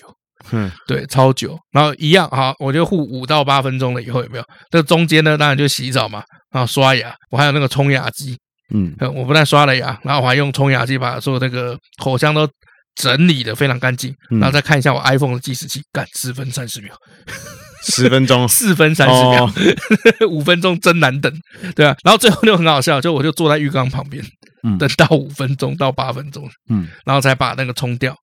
嗯
对，超久。然后一样好，我就护五到八分钟了以后有没有？那中间呢，当然就洗澡嘛，然后刷牙，我还有那个冲牙机，
嗯
呃，我不但刷了牙，然后我还用冲牙机把所有那个口腔都整理的非常干净，
嗯
然后再看一下我 iPhone 的计时器，干四分三十秒，，
十分钟
四分三十秒
哦，
五、分钟真难等，对啊。然后最后就很好笑，就我就坐在浴缸旁边，
嗯
等到五分钟到八分钟，
嗯
然后才把那个冲掉。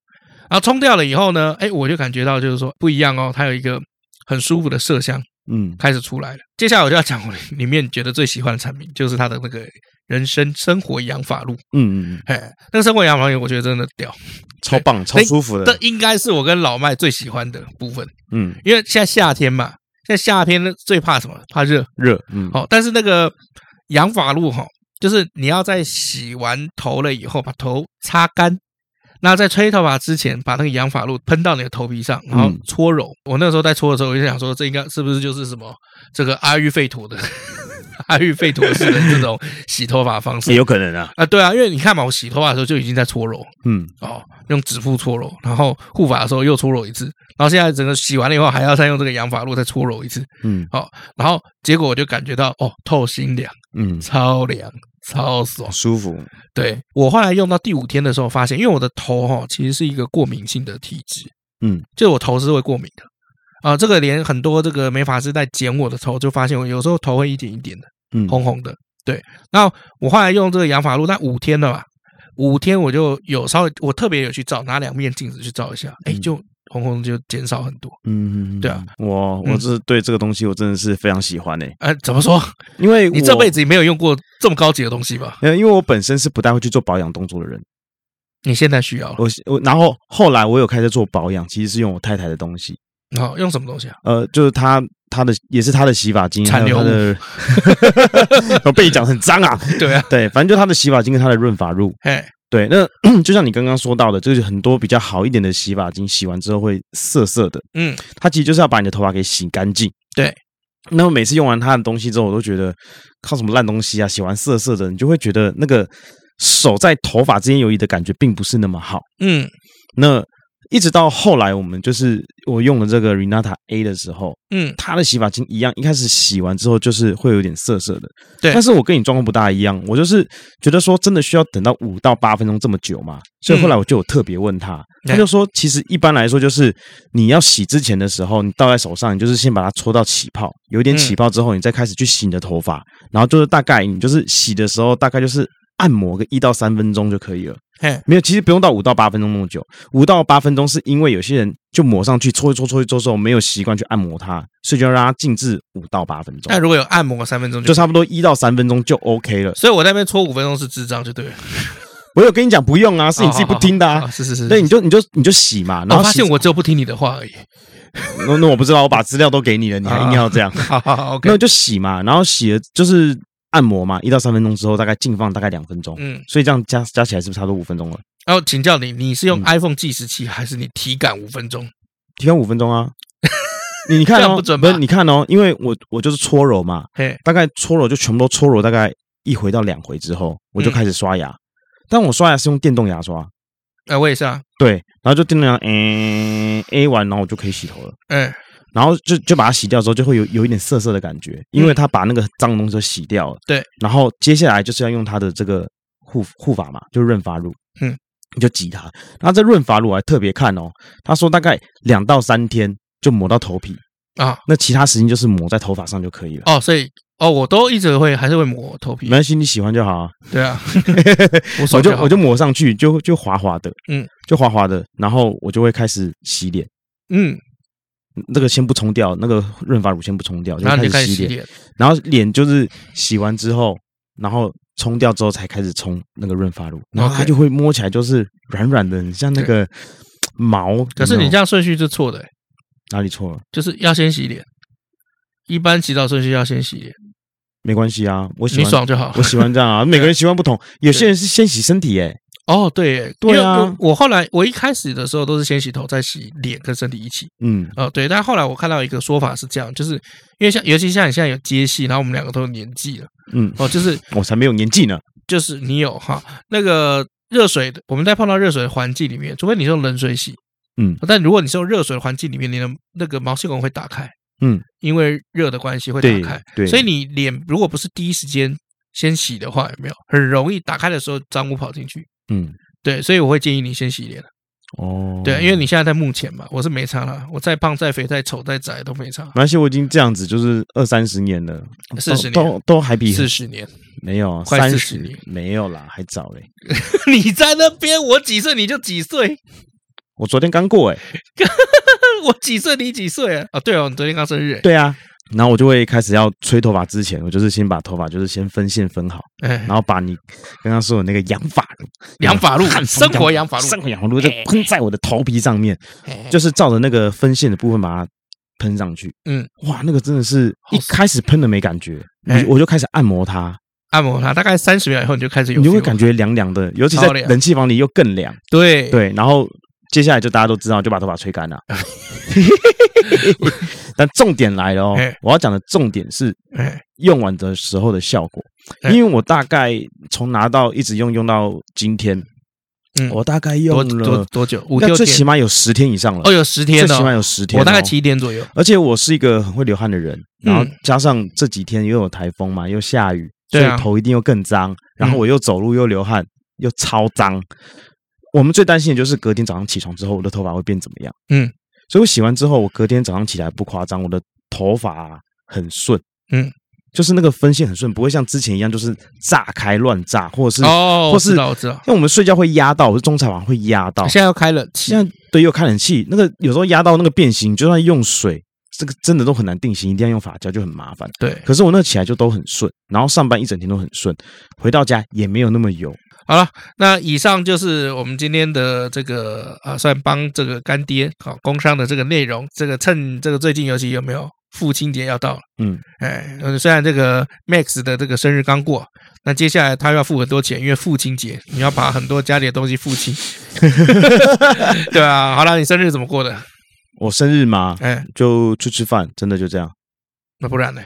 然后冲掉了以后呢，哎，我就感觉到就是说不一样哦，它有一个很舒服的麝香
嗯
开始出来了。接下来我就要讲我里面觉得最喜欢的产品，就是它的那个人生生活养发露。
嗯嗯，
哎，那个生活养发露我觉得真的屌，
超棒，超舒服
这
的，
应该是我跟老麦最喜欢的部分，
嗯，
因为现在夏天嘛，现在夏天最怕什么？怕热。
热，嗯
好、哦但是那个养发露哈、就是你要在洗完头了以后把头擦干，那在吹头发之前把那个养发露喷到你的头皮上，然后
嗯
搓揉。我那时候在搓的时候，我就想说，这应该是不是就是什么这个阿育吠陀的阿育吠陀式的这种洗头发方
也
式？
有可能啊，
啊，对啊，因为你看嘛，我洗头发的时候就已经在搓揉，
嗯
哦，用指腹搓揉，然后护发的时候又搓揉一次，然后现在整个洗完了以后还要再用这个养发露再搓揉一次，
嗯
哦，然后结果我就感觉到哦，透心凉，
嗯，
超凉，超爽。
舒服，
对我后来用到第五天的时候，发现因为我的头哈、哦、其实是一个过敏性的体质，
嗯，
就是我头是会过敏的。啊、这个连很多这个美发师在剪我的头，就发现我有时候头会一点一点的
嗯
红红的。对，那我后来用这个养发露，那五天了吧？五天我就有稍微我特别有去照，拿两面镜子去照一下，哎，就红红就减少很多。
嗯，
对啊，
我我
嗯
是对这个东西我真的是非常喜欢诶、
哎，怎么说？
因为
你这辈
子
子也没有用过这么高级的东西吧？
呃，因为我本身是不太会去做保养动作的人，
你现在需要了？
我我然后后来我有开始做保养，其实是用我太太的东西，
好，用什么东西啊？
呃，就是她她的也是她的洗发精，还
残
有
留
她 的， 我被你讲得很脏啊，
对啊，
对，反正就她的洗发精跟她的润发露，
哎，
对，那 就像你刚刚说到的，就是很多比较好一点的洗发精，洗完之后会涩涩的，
嗯，
它其实就是要把你的头发给洗干净。
对，
那么每次用完它的东西之后，我都觉得靠什么烂东西啊，洗完涩涩的，你就会觉得那个手在头发之间游移的感觉并不是那么好。
嗯
那一直到后来，我们就是我用了这个 Renata A 的时候，
嗯，
它的洗发精一样，一开始洗完之后就是会有点涩涩的。
对
但是我跟你状况不大一样，我就是觉得说真的需要等到五到八分钟这么久嘛，所以后来我就有特别问他，他就说其实一般来说就是你要洗之前的时候，你倒在手上，你就是先把它搓到起泡，有一点起泡之后，你再开始去洗你的头发，然后就是大概你就是洗的时候大概就是。按摩个一到三分钟就可以了，
嘿，
没有，其实不用到五到八分钟那么久。五到八分钟是因为有些人就抹上去搓一搓搓一搓之后没有习惯去按摩它，所以就让它静置五到八分钟
那，如果有按摩三分钟
就
就，
差不多一到三分钟就 OK 了。
所以我那边搓五分钟是智障就对了，
我有跟你讲不用啊，是你自己不听 的啊。
是是是，
对，你就你就你就洗嘛，然
哦我
后
发
洗
现我只有不听你的话而已。
那那我不知道，我把资料都给 你了，你还硬要这样，
好好 好，OK，
那就洗嘛，然后洗了就是按摩嘛，一到三分钟之后大概静放大概两分钟，
嗯，
所以这样加加起来是不是差不多五分钟了？
然后请教你，你是用
嗯
iPhone 计时器还是你体感五分钟？
提供五分钟 啊。你你看
这样
哦，
不准吧
是你看哦，因为我我就是搓揉嘛，
嘿，
大概搓揉就全部都搓揉，大概一回到两回之后，我就
嗯
开始刷牙。但我刷牙是用电动牙刷，
哎，我也是啊，
对，然后就电动牙，嗯、a 完，然后我就可以洗头了。
哎，
然后就就把它洗掉之后，就会有有一点涩涩的感觉，因为它把那个脏的东西都洗掉了。
嗯对，
然后接下来就是要用它的这个护护发嘛，就是润发乳。
嗯，
你就挤它。然后这润发乳我还特别看哦，他说大概两到三天就抹到头皮，
啊，
那其他时间就是抹在头发上就可以了。
哦，所以哦，我都一直会还是会抹头皮
没，关系，你喜欢就好啊。
对啊，我
我
手
就
好
我就抹上去，就就滑滑的，
嗯，
就滑滑的，然后我就会开始洗脸。
嗯，
那个先不冲掉，那个润发乳先不冲掉，就
然后你就开始
洗
洗
脸。
脸，
然后脸就是洗完之后，然后冲掉之后才开始冲那个润发乳，然后它
OK
就会摸起来就是软软的，很像那个毛。
可是
有没
你
有
这样顺序是错的，
哪里错了？
就是要先洗脸。一般洗澡顺序要先洗脸，
没关系啊，我喜
你
欢
爽就好
我。喜欢这样 啊，每个人习惯不同，有些人是先洗身体、欸，
哦，对耶，
对啊
因为我我后来我一开始的时候都是先洗头，再洗脸跟身体一起。
嗯，
哦，对，但后来我看到一个说法是这样，就是因为像尤其像你现在有接戏，然后我们两个都有年纪了，
嗯
哦，就是
我才没有年纪呢。
就是你有哈那个热水的，我们在碰到热水的环境里面，除非你是用冷水洗，
嗯，
但如果你是用热水的环境里面，你的那个毛细孔会打开，
嗯，
因为热的关系会
对
打开，
对，
所以你脸如果不是第一时间先洗的话，有没有很容易打开的时候脏污跑进去？
嗯，
对，所以我会建议你先洗脸。
哦，
对，因为你现在在目前嘛，我是没差了，我再胖再肥再丑再窄都没差
没，关系，我已经这样子就是二三十年了，
四十
都
年。
都都还比
四十年，
没有
快
三
40
十
年
没有啦，还早欸嘞。
你在那边，我几岁你就几岁，
我昨天刚过哎、
我几岁你几岁啊？啊，对哦，你昨天刚生日，
对啊，然后我就会开始要吹头发之前，我就是先把头发就是先分线分好，
哎
然，后把你刚刚说的那个养发乳、
养发 露，
汉服
生活养发露，
生活养发露就喷在我的头皮上面，
哎
就是照着那个分线的部分把它喷上去。
嗯，
哇，那个真的是
好
一开始喷的没感觉，我
哎
就我就开始按摩它，
按摩它，大概三十秒以后你就开始有，
你就会感，觉凉凉的，尤其在
超凉
冷气房里又更凉。
对，
对，然后接下来就大家都知道，就把头发吹 干了。但重点来了哦
哎，
我要讲的重点是
哎，
用完的时候的效果，
哎
因为我大概从拿到一直用用到今天，
嗯
我大概
多
用
多
了，
多久？五
那
六
最起
天，
码有十天以上了，
哦，有十天
最起码
哦，
有十天、
我大概。七天左右，
而且我是一个很会流汗的人，然后
嗯
加上这几天又有台风嘛，又下雨，所
对啊
以头一定又更脏。然后
嗯
我又走路又流汗，又超脏。我们最担心的就是隔天早上起床之后，我的头发会变怎么样？
嗯，
所以我洗完之后，我隔天早上起来不夸张，我的头发很顺，
嗯，
就是那个分线很顺，不会像之前一样就是炸开乱炸，或者是
哦，
或
我
是
知道，我知道。
因为我们睡觉会压到，我是中茶房会压到。
现在要开冷气，
现在对又开冷气，那个有时候压到那个变形，就算用水，这个真的都很难定型，一定要用发胶就很麻烦。
对，
可是我那起来就都很顺，然后上班一整天都很顺，回到家也没有那么油。
好了，那以上就是我们今天的这个啊，算帮这个干爹啊工商的这个内容。这个趁这个最近尤其有没有父亲节要到了，
嗯，
哎，呃虽然这个 Max 的这个生日刚过，那接下来他又要付很多钱，因为父亲节你要把很多家里的东西付 清，对啊。好了，你生日怎么过的？
我生日嘛，
哎，
就去吃饭，真的就这样。
那不然呢？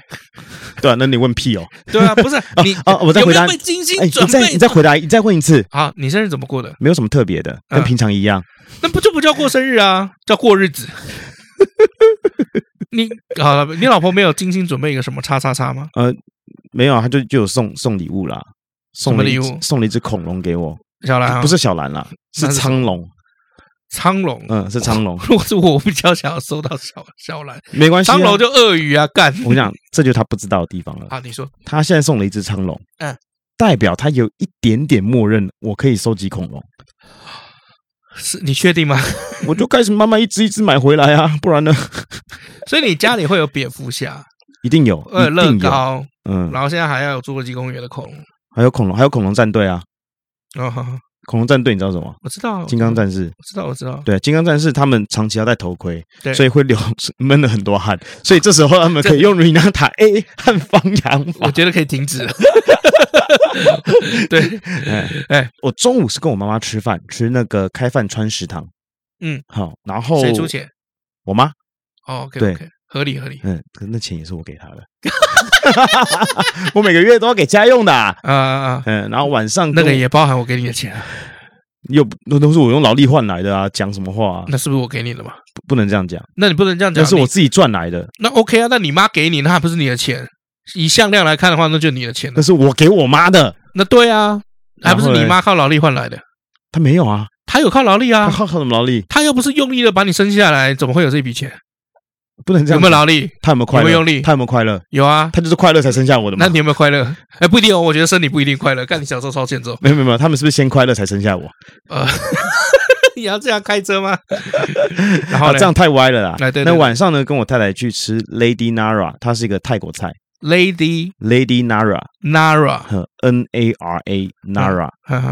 对啊，那你问屁 哦！
对啊，不是你
哦我再回答
有没有被精心
哎，你
准
再
备
你再回答，你再问一次，
好，你生日怎么过的？
没有什么特别的，跟
嗯
平常一样。
那不就不叫过生日啊，叫 过日子。你好了，你老婆没有精心准备一个什么叉叉叉吗？
没有啊，他就就有送送礼物啦，送
什么
了一
礼
只
物
送了一只恐龙给我，
小兰啊、
不是小蓝啦，是
那是哦
苍龙，
苍龙。
嗯，是苍龙，
如果是我，我比较想要收到小小兰，
没关系啊。
苍龙就鳄鱼啊，干
我跟你讲，这就是他不知道的地方了。
啊！你说
他现在送了一只苍龙，
嗯，
代表他有一点点默认我可以收集恐龙，
是你确 定吗？
我就开始慢慢一只一只买回来啊，不然呢，
所以你家里会有蝙蝠侠、
一定有，
呃
一
乐
定有，
高，
嗯，
然后现在还要有侏罗纪公园的恐龙。
还有恐龙，还有恐龙战队啊，
哦，好好
恐龙战队你知道什么？
我知道，
金刚，战士，
我知道，我知道。
对，金刚战士他们长期要戴头盔，
对
所以会流闷了很多汗，所以这时候他们可以用瑞纳塔 A 汉方养
我
法。
觉得可以停止了。对，
哎
哎，
我中午是跟我妈妈吃饭，吃那个开饭川食堂，
嗯，
好，然后
谁出？钱？
我妈，
哦
哦
，OK
对
OK，合理合理
嗯，可是那钱也是我给她的， 我每个月都要给家用的啊、
啊啊！啊
嗯，然后晚上
那
跟
个
我
也包含我给你的钱啊，
又不那都是我用劳力换来的啊，讲什么话、啊？
那是不是我给你的嘛？
不不能这样讲，
那你不能这样讲，
那是我
你
自己赚来的，
那 OK 啊，那你妈给你，那还不是你的钱？以向量来看的话，那就你的钱了
那。是我给我妈的，
那对啊，还不是
然后嘞
你妈靠劳力换来的？
她没有啊，
她有靠劳力
她
啊，
靠靠什么劳力？
她又不是用力的把你生下来，怎么会有这笔钱？
不能这
有
样
没有
讲。
劳力？
他有没有快乐？
有没有用力
他有没有快乐？
有啊。
他就是快乐才生下我的嘛
那。你有没有快乐？哎，不一定哦。我觉得生你不一定快乐。看你小时候超欠 揍，
没有没有没有，他们是不是先快乐才生下我？
呃，你要这样开车 吗？然后
啊，
嘞
这样太歪了啦。
哎对对
那
对
晚上呢，跟我太太去吃 Lady Nara，它是一个泰国菜。
，Lady
Lady Nara，
Nara，
呵，N A R A Nara，Lady
哈哈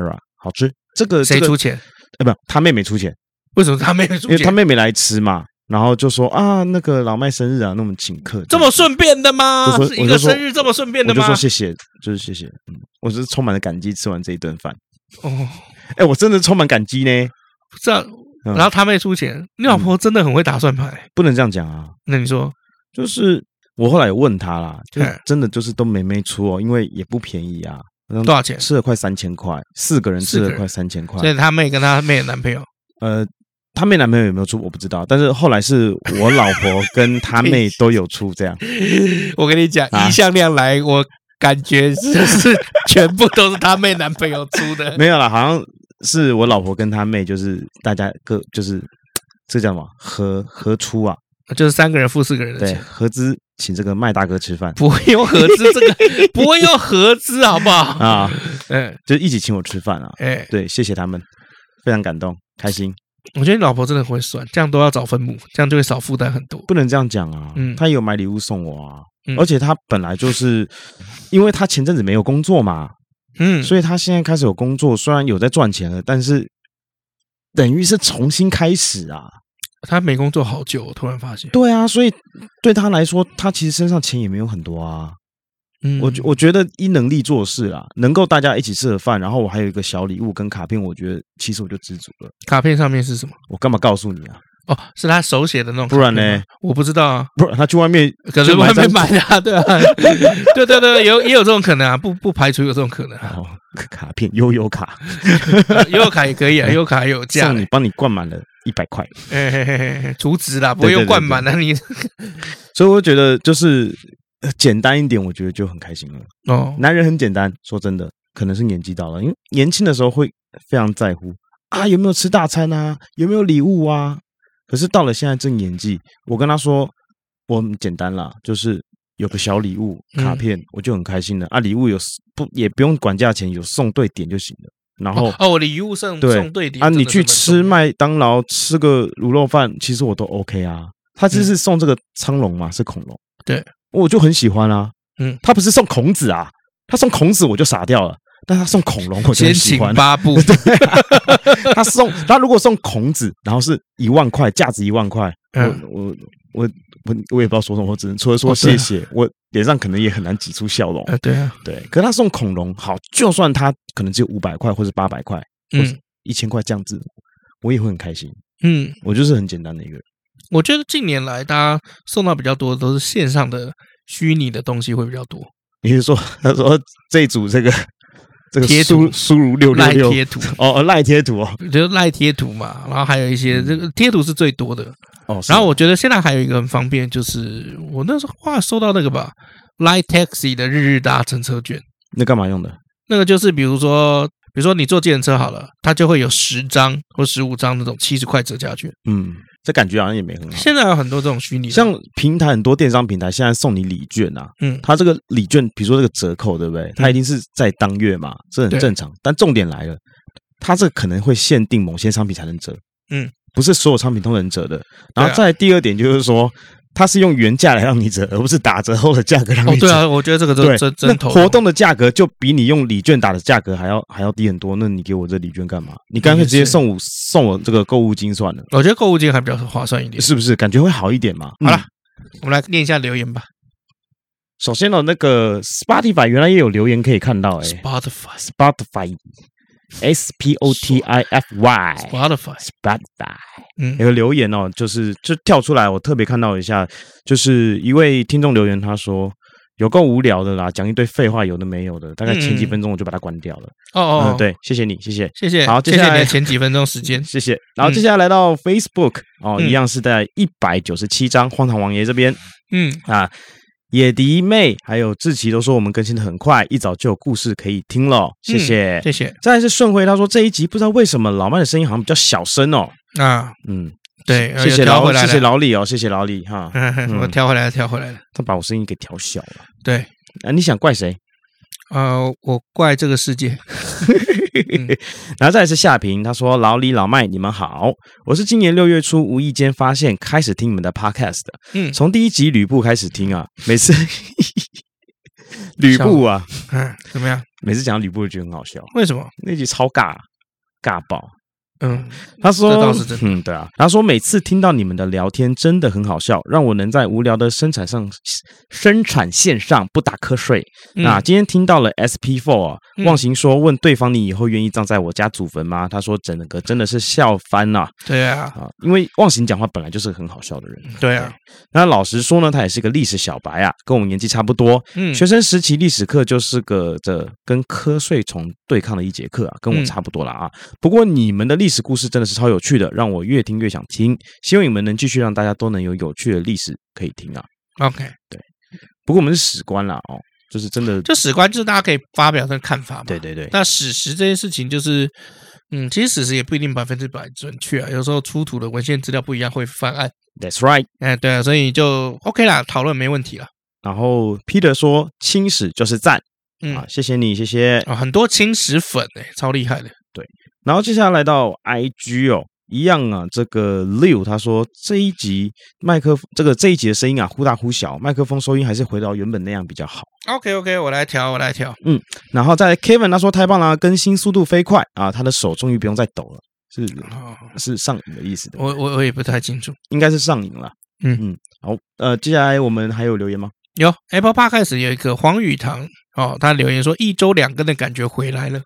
Nara，好吃。这个
嗯谁
这个
出钱？
呃，不，他妹妹出钱，
为什么他没有出
因为
钱？
他妹妹来吃嘛，然后就说啊，那个老麦生日啊，那我们请客。
这么顺便的吗
我？说
是一
我
个
就说
生日这么顺便
我
的
就
吗
说？谢谢，就是谢谢，嗯，我是充满了感激。吃完这一顿饭，
哦，
哎，我真的充满感激呢，
不知道。
嗯
然后他妹出钱，你老婆真的很会打算牌。
不能这样讲啊。
那你说，
就是我后来有问他啦，就是
嘿
真的就是都没没出哦，因为也不便宜啊，多
多少钱
吃了快三千块，四个人吃
四个
了
人
快三千块
所。以他妹跟他妹的 男朋友，
呃，他妹男朋友有没有出我不知道，但是后来是我老婆跟 他妹都有出这样。
我跟你讲，
啊
一向量来，我感觉是是全部都是他妹男朋友出 的。
没有啦，好像是我老婆跟他妹，就是大家各就是这叫什么合合出啊？
就是三个人付四个人的
对，
钱，
合资请这个麦大哥吃 饭
不会用合资 这个，不会用合资，好不好？
啊，
嗯，
就一起请我吃饭啊。
哎，
对，谢谢他们，非常感动，开心。
我觉得你老婆真的很会算，这样都要找分母，这样就会少负担很多。
不能这样讲啊，
嗯
他也有买礼物送我啊，
嗯
而且他本来就是，因为他前阵子没有工作嘛，
嗯，
所以他现在开始有工作，虽然有在赚钱了，但是等于是重新开始啊，
他没工作好久，我突然发现。
对啊，所以对他来说，他其实身上钱也没有很多啊，
嗯
我觉我觉得依能力做事啊，能够大家一起吃了饭，然后我还有一个小礼物跟卡片，我觉得其实我就知足了，
卡片上面是什么？
我干嘛告诉你啊？
哦，是他手写的那种卡
不
片吗。
然呢
我不知道啊，
不然他去外面
可
就
能
买
外
张
面买的、啊，对啊， 对对对，有也有这种可能啊，不不排除有这种可能、啊，
哦，卡片悠游卡
悠游卡也可以啊，悠游卡也有价
送，你，帮你灌满了一百块。
哎嘿嘿嘿嘿，储值啦，不会用灌满的、你
所以我觉得就是、呃简单一点，我觉得就很开心了。
哦，
男人很简单，说真的，可能是年纪到了，因为年轻的时候会非常在乎啊，有没有吃大餐啊，有没有礼物啊。可是到了现在这个年纪，我跟他说，我很简单啦，就是有个小礼物卡片，我就很开心了啊！礼物有不也不用管价钱，有送对点就行了。然后
哦哦，礼物送
对
送对点
啊，
真的
你
是
去
蛮
吃
重要
麦当劳吃个卤肉饭，其实我都 OK 啊。他就是送这个苍龙嘛，是恐龙，
嗯对，
我就很喜欢啊。
嗯，
他不是送孔子啊，他送孔子我就傻掉了，但他送恐龙我就
先
很喜
请
欢。
八步，
他送他如果送孔子，然后是一万块，价值一万块，
嗯
我我我我我也不知道说什么，我只能除了说
哦对
谢
啊
谢，我脸上可能也很难挤出笑容。
啊，对啊，
对，可他送恐龙，好，就算他可能只有五百块或者八百块，或者
嗯
一千块这样子，我也会很开心。
嗯，
我就是很简单的一个人，
我觉得近年来大家送到比较多的都是线上的虚拟的东西会比较多，
也就是说， 他说这组这个这个
贴
苏
图
苏如六
赖
六六
贴图，
哦哦赖贴图哦
就是赖贴图嘛，然后还有一些这个贴图是最多的。
哦，是
然后我觉得现在还有一个很方便，就是我那时候哇收到那个吧，Line Taxi 的日日搭乘车券，
那干嘛用的？
那个就是比如说比如说你坐计程车好了，它就会有十张或十五张那种七十块折价券。
嗯，这感觉好像也没很好。
现在有很多这种虚拟的，
像平台很多电商平台现在送你礼券啊，
嗯
它这个礼券，比如说这个折扣，对不对？它一定是在当月嘛，这很
对
正常。但重点来了，它这可能会限定某些商品才能折，
嗯，
不是所有商品都能折的。
对啊
然后再来第二点就是说，它是用原价来让你折，而不是打折后的价格让
哦
你折。
对啊，我觉得这个
对
真真
那
真头
活动的价格就比你用礼券打的价格还要还要低很多。那你给我这礼券干嘛？你干脆直接
也是
送我送我这个购物金算了，
我觉得购物金还比较划算一点。
是不是？感觉会好一点嘛？
好
嗯
了，我们来念一下留言吧。
首先呢，那个 Spotify 原来也有留言可以看到、欸，
Spotify
Spotify S P O T I F Y
Spotify，
Spotify
嗯
有个留言哦，就是就跳出来，我特别看到一下，就是一位听众留言，他说有够无聊的啦，讲一堆废话，有的没有的，大概前几
嗯
分钟我就把它关掉了。
哦哦
嗯，，，对，谢谢你，谢谢。
谢谢，
好接
谢
下
谢你
来
的前几分钟时间。
谢谢，然后接下来来到 Facebook、哦，
嗯
一样是在一百九十七章《荒唐王爷》这边，
嗯，
啊，野迪妹还有志奇都说我们更新的很快，一早就有故事可以听了，谢谢。
嗯谢谢
再来是顺辉，他说这一集不知道为什么老麦的声音好像比较小声哦，
啊，
嗯，
对，
谢谢
又调
老
回来
谢
了，嗯
谢老嗯李哦，谢谢老李哈，
我调回来了，调回来了。
他把我声音给调小了。
对，
啊，你想怪谁？
呃，我怪这个世界。
然后再来是夏平，他说：“老李、老麦，你们好，我是今年六月初无意间发现开始听你们的 podcast 的，
嗯
从第一集吕布开始听啊，每次吕布啊，
嗯，怎么样？
每次讲到吕布我觉得很好笑，
为什么？
那集超尬尬爆。”
嗯，
他说：“
这倒是真
嗯，对啊。”他说：“每次听到你们的聊天真的很好笑，让我能在无聊的生产上生产线上不打瞌睡。
嗯
那今天听到了 SP Four，、啊、
嗯
忘形说问对方：“你以后愿意葬在我家祖坟吗？”他说：“整个真的是笑翻了
对啊，
啊！因为忘形讲话本来就是个很好笑的人。
对啊，
那老实说呢，他也是个历史小白啊，跟我们年纪差不多。
嗯，
学生时期历史课就是个这跟瞌睡虫对抗的一节课啊，跟我
嗯
差不多了啊。不过你们的历史故事真的是超有趣的，让我越听越想听。希望你们能继续让大家都能有有趣的历史可以听啊。
OK，
不过我们是史官啦哦，就是真的，
就史观就是大家可以发表他的看法嘛。
对对对，
那史实这件事情就是。嗯，其实史实也不一定百分之百准确啊，有时候出土的文献资料不一样会翻案，
That's right。
哎，对啊，所以就 OK 啦，讨论没问题啦。
然后 Peter 说：“清史就是赞
嗯，
啊
啊、，
谢谢你，谢谢。
很多青史粉哎、超厉害的。”
然后接下来到 IG 哦。一样啊，这个 Liu 他说这一集麦克这个这一集的声音啊忽大忽小，麦克风收音还是回到原本那样比较好。
OK OK，我来调，我来调。
然后在 Kevin 他说太棒了，更新速度飞快啊，他的手终于不用再抖了，是
哦，
是上瘾的意思的，
我我我也不太清楚。
应该是上瘾了。
嗯
嗯，好，呃，接下来我们还有留言吗？
有 Apple Podcast 有一个黄宇堂哦，他留言说一周两更的感觉回来了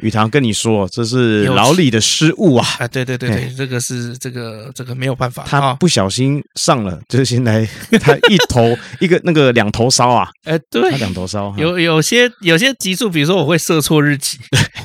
雨堂跟你说，这是
有
老李的失误啊，
啊！对对对对，这个是这个这个没有办法
他
啊！
不小心上了，就是现在他一头一个那个两头烧啊，
哎、
他
对，
两头烧啊，
有有些有些集数，比如说我会设错 日期，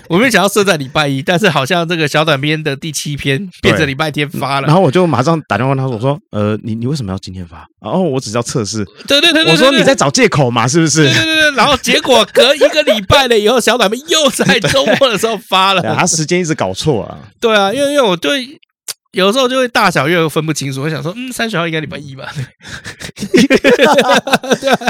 我没有想要设在礼拜一，但是好像这个小短片的第七篇变成礼拜天发
然
了。
后我就马上打电话跟他说，我说，呃，你你为什么要今天发？然后我只是要测试，
对对对对，
我说
对
你在。找借口嘛，是不是
对？对对对，然后结果隔一个礼拜了以后，小短片又在周末的时候发了
对。他时间一直搞错啊，
对啊，因为因为我对有时候就会大小月分不清楚，我想说，嗯，三十号应该礼拜一吧？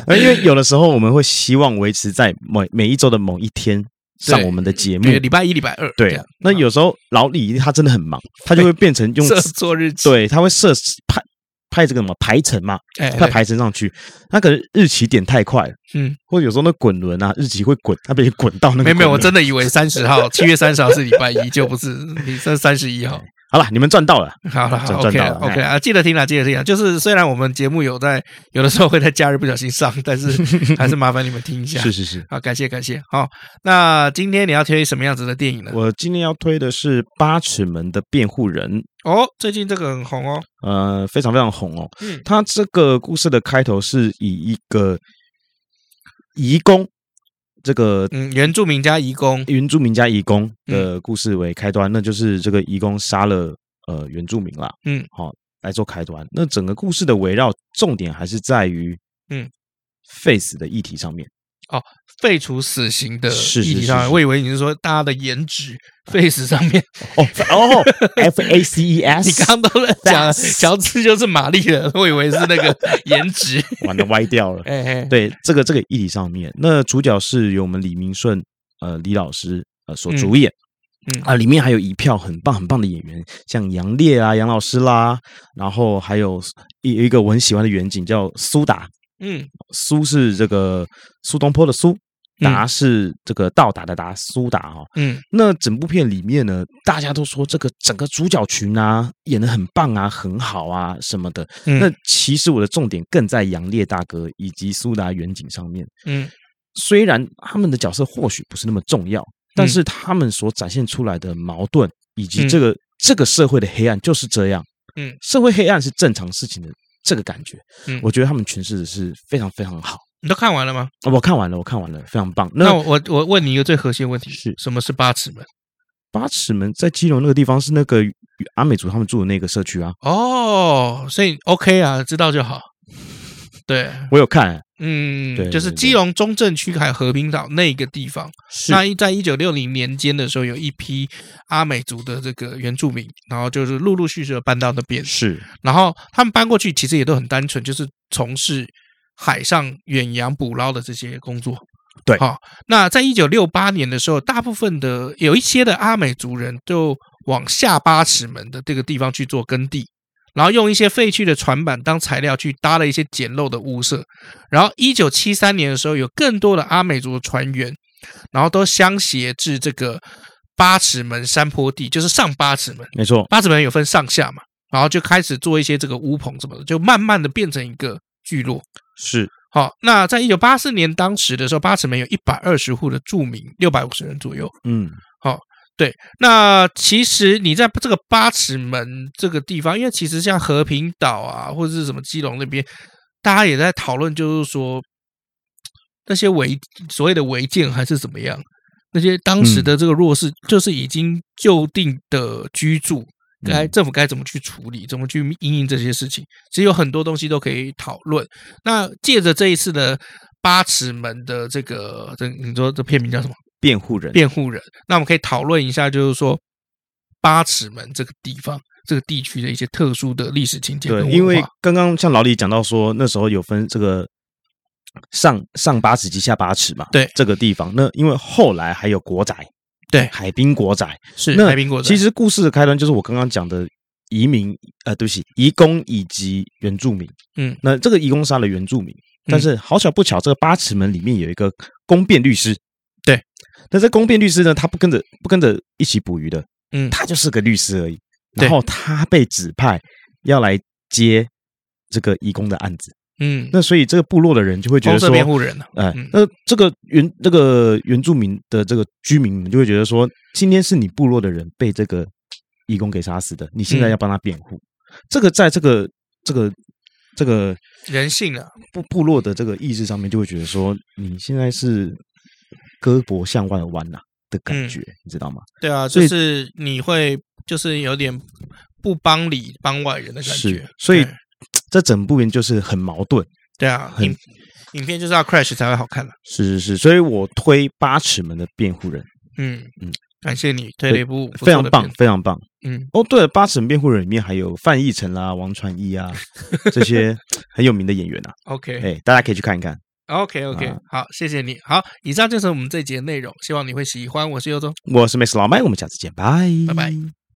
而因为有的时候我们会希望维持在每每一周的某一天上
对
我们的节目
对，，礼拜一、礼拜二。这
嗯对
样。
那有时候老李他真的很忙，他就会变成用
设做日期，
对，他会设派派这个什么排程嘛，
哎，
派
对
排程上去。那可是日期点太快了，
嗯，
或者有时候那滚轮啊，日期会滚，他被滚到那个。
没有没有，我真的以为三 十号，七月三十号是礼拜一，就不是，你这三十一号。
好了，你们赚到了，
好了好
赚
，OK
赚
了
到了哎
OK 啊，记得听啊，记得听啊。就是虽然我们节目有在有的时候会在假日不小心上，但是 还是麻烦你们听一下。
是是是。
好，感谢感谢。好，那今天你要推什么样子的电影呢？
我今天要推的是《八尺门的辩护人》，
哦，最近这个很红哦。
呃，非常非常红哦。
嗯
他这个故事的开头是以一个移工，这个
嗯，原住民加移工。
原住民加移工
嗯
的故事为开端，那就是这个移工杀了呃原住民啦，
嗯，
好、来做开端。那整个故事的围绕重点还是在于
嗯
face 的议题上面，
废除死刑的
是是
议题上
是
面，
是
我以为你是说大家的颜值 face 上面，
哦哦 f a c e s，
你刚刚都在讲
Facts
乔治就是玛丽了，我以为是 那个颜值。
玩的歪掉了。
哎哎，
对这个这个议题上面，那主角是由我们李明顺呃李老师呃所主演。
嗯
啊，里面还有一票很棒很棒的演员，像杨烈啊、杨老师啦，然后还有一一个我很喜欢的远景叫苏达，
嗯
苏是这个苏东坡的苏，
嗯
达是这个到达的达，苏达哈、哦。
嗯
那整部片里面呢，大家都说这个整个主角群啊演的很棒啊，很好啊什么的。
嗯
那其实我的重点更在杨烈大哥以及苏达远景上面。
嗯
虽然他们的角色或许不是那么重要，但是他们所展现出来的矛盾以及
嗯
这个、这个社会的黑暗就是这样。
嗯，
社会黑暗是正常事情的这个感觉，
嗯
我觉得他们诠释的是非常非常好。哦
你都看完了吗？
我看完了，我看完了，非常棒。
那
那
我我我问你一个最核心的问题：
是
什么是八尺门？
八尺门在基隆那个地方是那个阿美族他们住的那个社区啊，
哦，所以 OK 啊，知道就好。对，
我有看，欸
嗯，
对
就是
对对
基隆中正区还有和平岛那个地方，
是
那一在一九六零年间的时候，有一批阿美族的这个原住民，然后就是陆陆续续的搬到那边，
是
然后他们搬过去其实也都很单纯，就是从事海上远洋捕捞的这些工作。
对
好、那在一九六八年的时候，大部分的有一些的阿美族人就往下八尺门的这个地方去做耕地，然后用一些废弃的船板当材料去搭了一些简陋的屋舍。然后一九七三年的时候，有更多的阿美族的船员，然后都相携至这个八尺门山坡地，就是上八尺门。
没错，
八尺门有分上下嘛，然后就开始做一些这个屋棚什么的，就慢慢的变成一个聚落。
是
好，那在一九八四年当时的时候，八尺门有一百二十户的住民，六百五十人左右。
嗯
对，那其实你在这个八尺门这个地方，因为其实像和平岛啊，或者是什么基隆那边，大家也在讨论，就是说那些违所谓的违建还是怎么样，那些当时的这个弱势，就是已经就定的居住，该
嗯
政府该怎么去处理，怎么去应应这些事情，其实有很多东西都可以讨论。那借着这一次的八尺门的这个，这你说这片名叫什么？
辩护人，
辩护人。那我们可以讨论一下，就是说八尺门这个地方、这个地区的一些特殊的历史情节跟文
对，
化。
因为刚刚像老李讲到说，那时候有分这个上上八尺及下八尺嘛，
对
这个地方。那因为后来还有国宅，
对
海滨国宅。
是
那
海滨国宅
其实故事的开端就是我刚刚讲的移民，呃，对不起，移工以及原住民。
嗯，
那这个移工杀了原住民，但是好巧不巧，这个八尺门里面有一个公辩律师。
对，
那这公辩律师呢，他不跟着不跟着一起捕鱼的，
嗯
他就是个律师而已。
对
然后他被指派要来接这个移工的案子，
嗯，
那所以这个部落的人就会觉
红
得
色
说，
辩护人啊
哎、
嗯
那这个原这个原住民的这个居民们就会觉得说，今天是你部落的人被这个义工给杀死的，你现在
嗯
要帮他辩护，这个在这个这个这个
人性啊，
部部落的这个意志上面，就会觉得说，你现在是胳膊向外弯呐、的感
嗯
觉，你知道吗？
对啊，
所
就
以
是你会就是有点不帮里帮外人的感
是
觉，，
所以
对
这整部片就是很矛盾。
对啊，
很
影影片啊就是要 crash 才会好看了、
是是是，所以我推《八尺门的辩护人》。
嗯
嗯，
感谢你推了一部不
非
错
常
的
棒
片，，
非常棒。
嗯，
哦，对了，《八尺门辩护人》里面还有范逸臣啦、王传一啊这 些很有名的演员啊，
，OK，
哎，大家可以去看一看。
OK OK，、
啊
好，谢谢你。好，以上就是我们这一节内容，希望你会喜欢。我是尤总。
我是 Max 老麦，我们下次见，拜
拜拜。